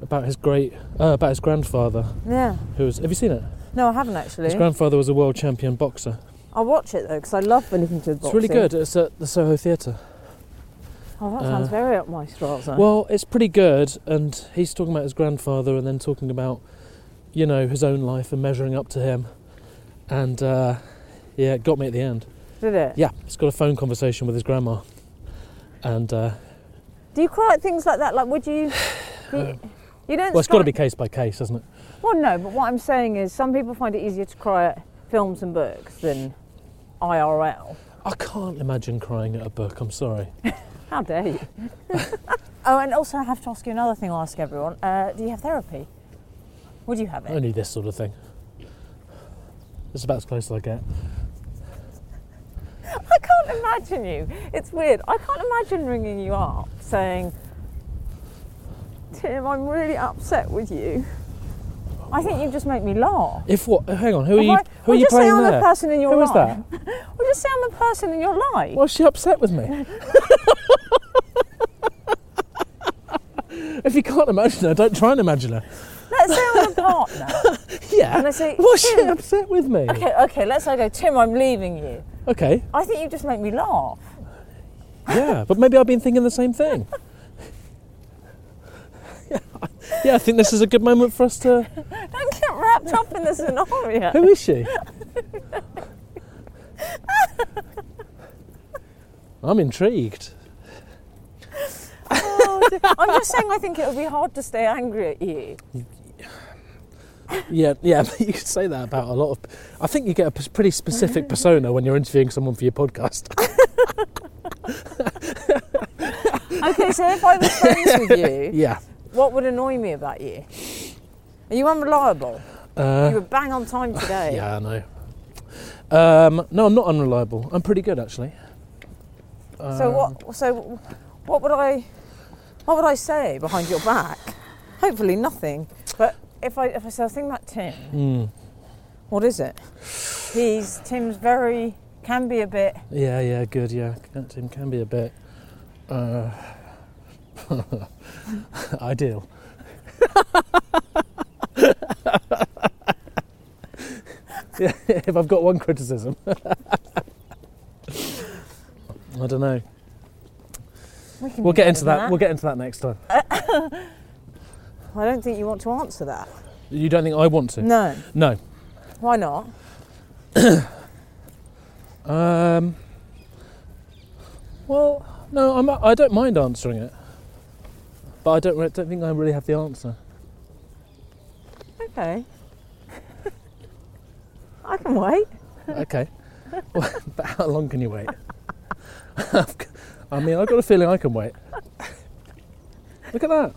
B: about his great uh, about his grandfather,
A: Yeah.
B: who was. Have you seen it?
A: No, I haven't actually.
B: His grandfather was a world champion boxer.
A: I'll watch it though, because I love Benny to
B: It's really good. It's at the Soho Theatre.
A: Oh, that sounds
B: Uh,
A: very up my strata.
B: Well, it's pretty good, and he's talking about his grandfather, and then talking about, you know, his own life and measuring up to him, and uh, yeah, it got me at the end.
A: did it?
B: Yeah, he's got a phone conversation with his grandma, and uh,
A: Do you cry at things like that? Like, would you? do you- you don't.
B: well, it's got to
A: strike-
B: be case by case, hasn't it?
A: Well, no, but what I'm saying is, some people find it easier to cry at films and books than IRL.
B: I can't imagine crying at a book. I'm sorry.
A: How dare you? oh, and also I have to ask you another thing. I ask everyone: uh, Do you have therapy? Would you have it?
B: Only this sort of thing. It's about as close as I get.
A: I can't imagine you. It's weird. I can't imagine ringing you up saying, "Tim, I'm really upset with you." I think you just make me laugh.
B: If what? uh, Hang on. Who are
A: If
B: you?
A: I-
B: Who are
A: well,
B: you
A: just say
B: playing
A: I'm
B: there?
A: a person in your
B: Who
A: life.
B: is that?
A: Well, just say I'm a person in your life.
B: Well, she upset with me. if you can't imagine her, don't try and imagine her.
A: Let's say I'm a partner.
B: Yeah.
A: And I say,
B: Why is she
A: "Tim."
B: upset with me?
A: okay, okay. Let's say I go, Tim, I'm leaving you.
B: Okay,
A: I think you just make me laugh.
B: Yeah, but maybe I've been thinking the same thing. yeah, I think this is a good moment for us to.
A: Don't get wrapped up in the scenario.
B: Who is she? I'm intrigued.
A: Oh, dear. I'm just saying, I think it would be hard to stay angry at you.
B: Yeah, yeah, but you could say that about a lot of. I think you get a p- pretty specific persona when you're interviewing someone for your podcast.
A: Okay, so if I was friends with you,
B: yeah.
A: what would annoy me about you? Are you unreliable?
B: Uh,
A: You were bang on time today.
B: Yeah, I know. Um, no, I'm not unreliable. I'm pretty good actually. Um,
A: So what? So what would I? What would I say behind your back? Hopefully
B: hmm.
A: nothing. But if I if I say I think about Tim,
B: Mm.
A: what is it? He's Tim's very can be a bit.
B: Yeah, yeah, good, yeah. That Tim can be a bit uh, ideal. yeah, if I've got one criticism. I don't know.
A: We can
B: We'll
A: do
B: get
A: better
B: into
A: than
B: that. We'll get into that next time.
A: I don't think you want to answer that.
B: You don't think I want to?
A: No.
B: No.
A: Why not?
B: Um, well, no, I'm, I don't mind answering it, but I don't, re- don't think I really have the answer.
A: Okay. I can wait.
B: Okay, well, but how long can you wait? I've g- I mean, I've got a feeling I can wait. Look at that.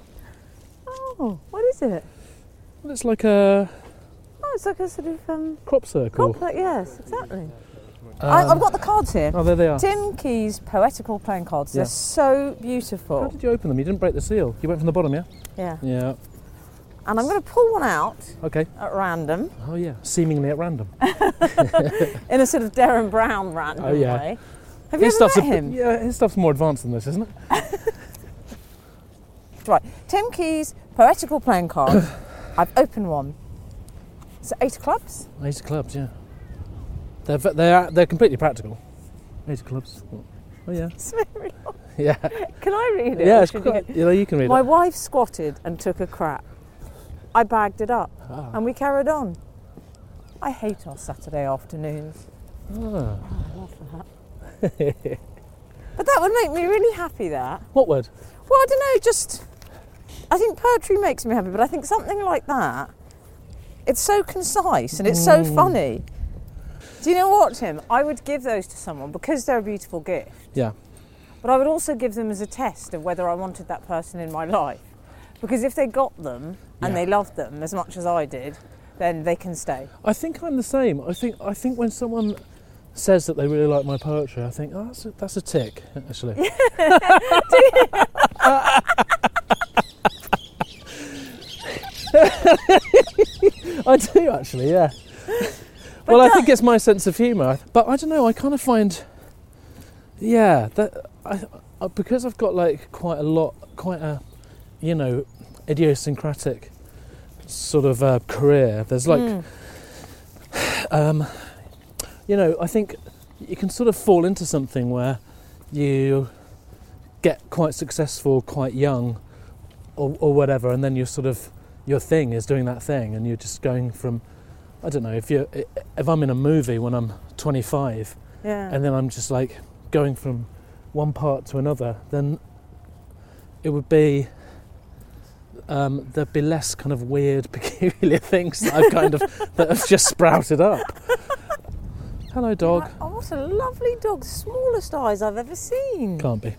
A: Oh, what is it?
B: Well, It's like a
A: Oh, it's like a sort of um,
B: crop circle.
A: complex. Yes, exactly. I, I've
B: Um,
A: got the cards here.
B: oh, there they are.
A: Tim Key's poetical playing cards.
B: Yeah.
A: They're so
B: How
A: beautiful.
B: did you open them? You didn't break the seal. You went from the bottom, yeah?
A: Yeah.
B: Yeah.
A: And I'm going to pull one out
B: Okay.
A: at random
B: Oh, yeah. Seemingly at random.
A: in a sort of Darren Brown random
B: Oh, yeah.
A: way. Have you ever
B: stuff's
A: met
B: a bit-
A: him?
B: yeah, his stuff's more advanced than this, isn't it?
A: Right. Tim Key's poetical playing card. I've opened one. It's eight of clubs.
B: Eight of clubs, yeah. They're ve- they're they're completely practical. Eight of clubs. Oh yeah,
A: It's very long.
B: yeah,
A: Can I read it?
B: yeah.
A: or
B: It's
A: should
B: quite,
A: you-
B: you know, you can read
A: My
B: it.
A: wife squatted and took a crap. I bagged it up
B: Ah.
A: and we carried on. I hate our Saturday afternoons.
B: Ah.
A: But that would make me really happy, that.
B: What word?
A: Well, I don't know, just. I think poetry makes me happy, but I think something like that, it's so concise and it's so funny. Do you know what, Tim? I would give those to someone because they're a beautiful gift.
B: Yeah.
A: But I would also give them as a test of whether I wanted that person in my life. Because if they got them and
B: Yeah.
A: they loved them as much as I did, then they can stay.
B: I think I'm the same. I think I think when someone says that they really like my poetry, I think oh, that's a, that's a tick actually. I do actually, yeah. well, I think it's my sense of humour, but I don't know. I kind of find, yeah, that I, I, because I've got like quite a lot, quite a, you know, idiosyncratic sort of uh, career. There's like
A: Mm.
B: um, you know, I think you can sort of fall into something where you get quite successful quite young or, or whatever, and then you're sort of your thing is doing that thing, and you're just going from I don't know if you if I'm in a movie when I'm 25,
A: Yeah.
B: and then I'm just like going from one part to another, then it would be um, there'd be less kind of weird, peculiar things that I've kind of that have just sprouted up. Hello, dog.
A: Oh, what a lovely dog. Smallest eyes I've ever seen.
B: Can't be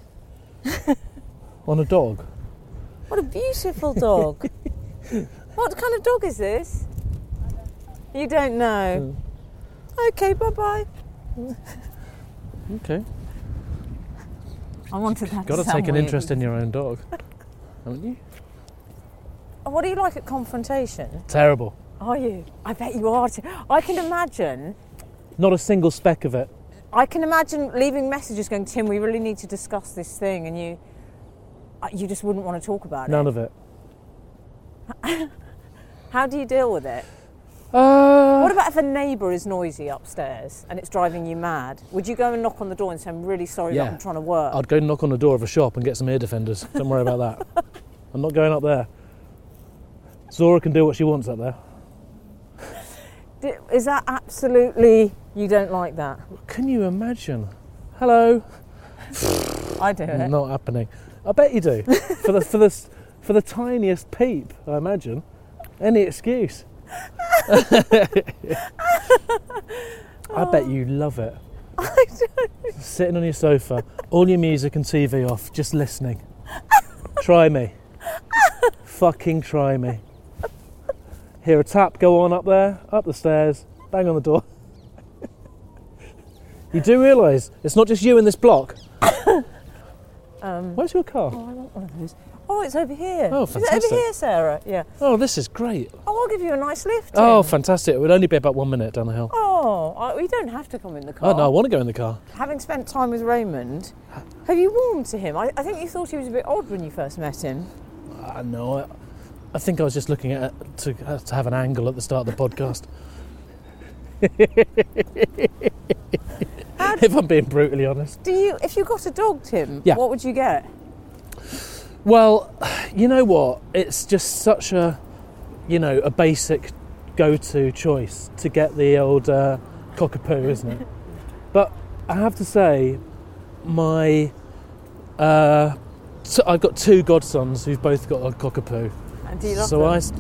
B: on a dog.
A: What a beautiful dog. what kind of dog is this? You don't know.
B: Hmm.
A: Okay, bye bye.
B: Okay,
A: I wanted that
B: got to
A: sound
B: take an
A: weird.
B: interest in your own dog, haven't you?
A: What do you like at confrontation?
B: Terrible.
A: Are you? I bet you are. T- I can imagine.
B: Not a single speck of it.
A: I can imagine leaving messages going, Tim, we really need to discuss this thing, and you, uh, you just wouldn't want to talk about
B: None of it.
A: it. How do you deal with it?
B: Uh,
A: What about if a neighbour is noisy upstairs and it's driving you mad? Would you go and knock on the door and say, I'm really sorry,
B: Yeah.
A: but I'm trying to work?
B: I'd go knock on the door of a shop and get some ear defenders. Don't worry about that. I'm not going up there. Zora can do what she wants up there.
A: D- Is that absolutely you don't like that?
B: Can you imagine? Hello.
A: I do it.
B: Not happening. I bet you do. for the for the s- for the tiniest peep, I imagine. Any excuse. I bet you love it. Sitting on your sofa, all your music and TV off, just listening. try me. Fucking try me. Hear a tap go on up there, up the stairs, bang on the door. you do realise it's not just you in this block.
A: Um,
B: Where's your car?
A: oh, I want one of those. Oh, it's over here.
B: Oh,
A: Is it
B: fantastic.
A: over here, Sarah? Yeah.
B: Oh, this is great.
A: Oh, I'll give you a nice lift.
B: Oh,
A: Tim.
B: fantastic. It would only be about one minute down the hill.
A: oh, I, we don't have to come in the car.
B: Oh no, I want to go in the car.
A: Having spent time with Raymond, have you warmed to him? I, I think you thought he was a bit odd when you first met him.
B: Uh, no, I, I think I was just looking at to, uh, to have an angle at the start of the podcast. if I'm being brutally honest.
A: Do you, if you got a dog, Tim,
B: Yeah.
A: what would you get?
B: Well, you know what? It's just such a, you know, a basic go-to choice to get the old uh, cockapoo, isn't it? but I have to say, my, uh, so I've got two godsons who've both got a cockapoo.
A: And do you love
B: so
A: them?
B: I, s-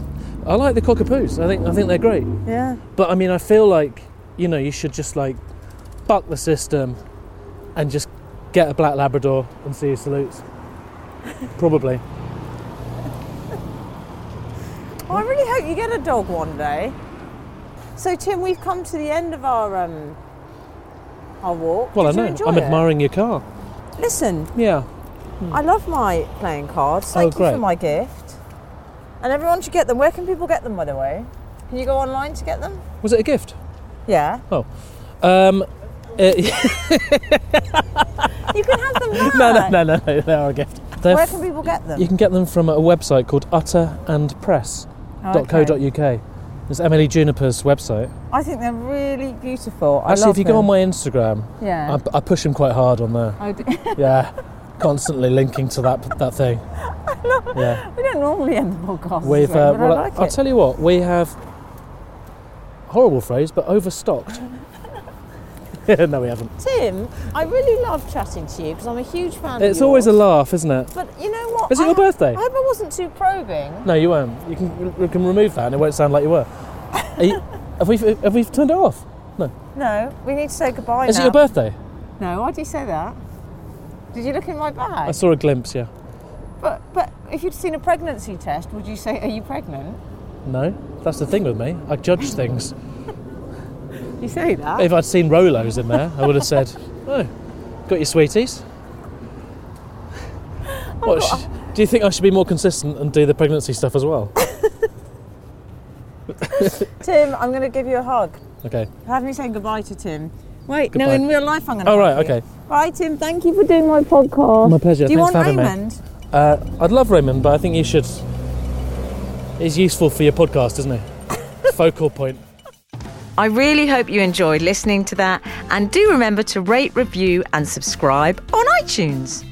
B: I like the cockapoos. I think I think they're great.
A: Yeah.
B: But I mean, I feel like you know you should just like buck the system and just get a black Labrador and see who salutes. Probably.
A: Well, Oh, I really hope you get a dog one day. So, Tim, we've come to the end of our um, our walk.
B: Well,
A: Did you
B: I know.
A: enjoy
B: I'm
A: it?
B: admiring your car.
A: Listen,
B: Yeah.
A: I love my playing cards.
B: Hmm. Oh,
A: Thank you for
B: great.
A: my gift. And everyone should get them. Where can people get them, by the way? Can you go online to get them?
B: Was it a gift?
A: Yeah.
B: Um, it-
A: You can have them back.
B: no, no, no, no, no. They are a gift. They're
A: Where
B: f-
A: can people get them?
B: you can get them from a website called utterandpress.co.uk.
A: Oh, okay.
B: It's Emily Juniper's website.
A: I think they're really beautiful. I
B: Actually,
A: love
B: if you
A: them.
B: go on my Uh, Instagram,
A: yeah. Oh,
B: I, I push him quite hard on there.
A: I do.
B: Yeah, constantly linking to that that thing. Yeah,
A: we don't normally end the podcast.
B: we've.
A: this way,
B: Uh,
A: but
B: well,
A: I like
B: will
A: it.
B: tell you what, we have horrible phrase, but overstocked. no, we haven't.
A: Tim, I really love chatting to you because I'm a huge fan. of
B: It's always a
A: yours.
B: laugh, isn't it?
A: But you know what?
B: Is it
A: I
B: your
A: ho-
B: birthday?
A: I hope I wasn't too probing.
B: No, you won't. You can you can remove that, and it won't sound like you were. Are you, have we have we turned it off?
A: No, we need to say goodbye
B: Is
A: now.
B: it your birthday?
A: No, why do you say that? Did you look in my bag?
B: I saw a glimpse. Yeah.
A: But but if you'd seen a pregnancy test, would you say, "Are you pregnant"?
B: No, that's the thing with me. I judge things.
A: You say that.
B: If I'd seen Rolos in there, I would have said, "Oh, got your sweeties." What, sh- do you think I should be more consistent and do the pregnancy stuff as well?
A: Tim, I'm going to give you a hug.
B: Okay.
A: Have me say goodbye to Tim. Wait, no,
B: Goodbye.
A: in real life, I'm going to.
B: All right. Okay.
A: Bye, Tim. Thank you for doing my podcast.
B: My pleasure.
A: Do you
B: Thanks
A: want
B: for having me.
A: Raymond?
B: Uh, I'd love Raymond, but I think you should. He's useful for your podcast, isn't he? Focal point.
C: I really hope you enjoyed listening to that and do remember to rate, review, and subscribe on iTunes.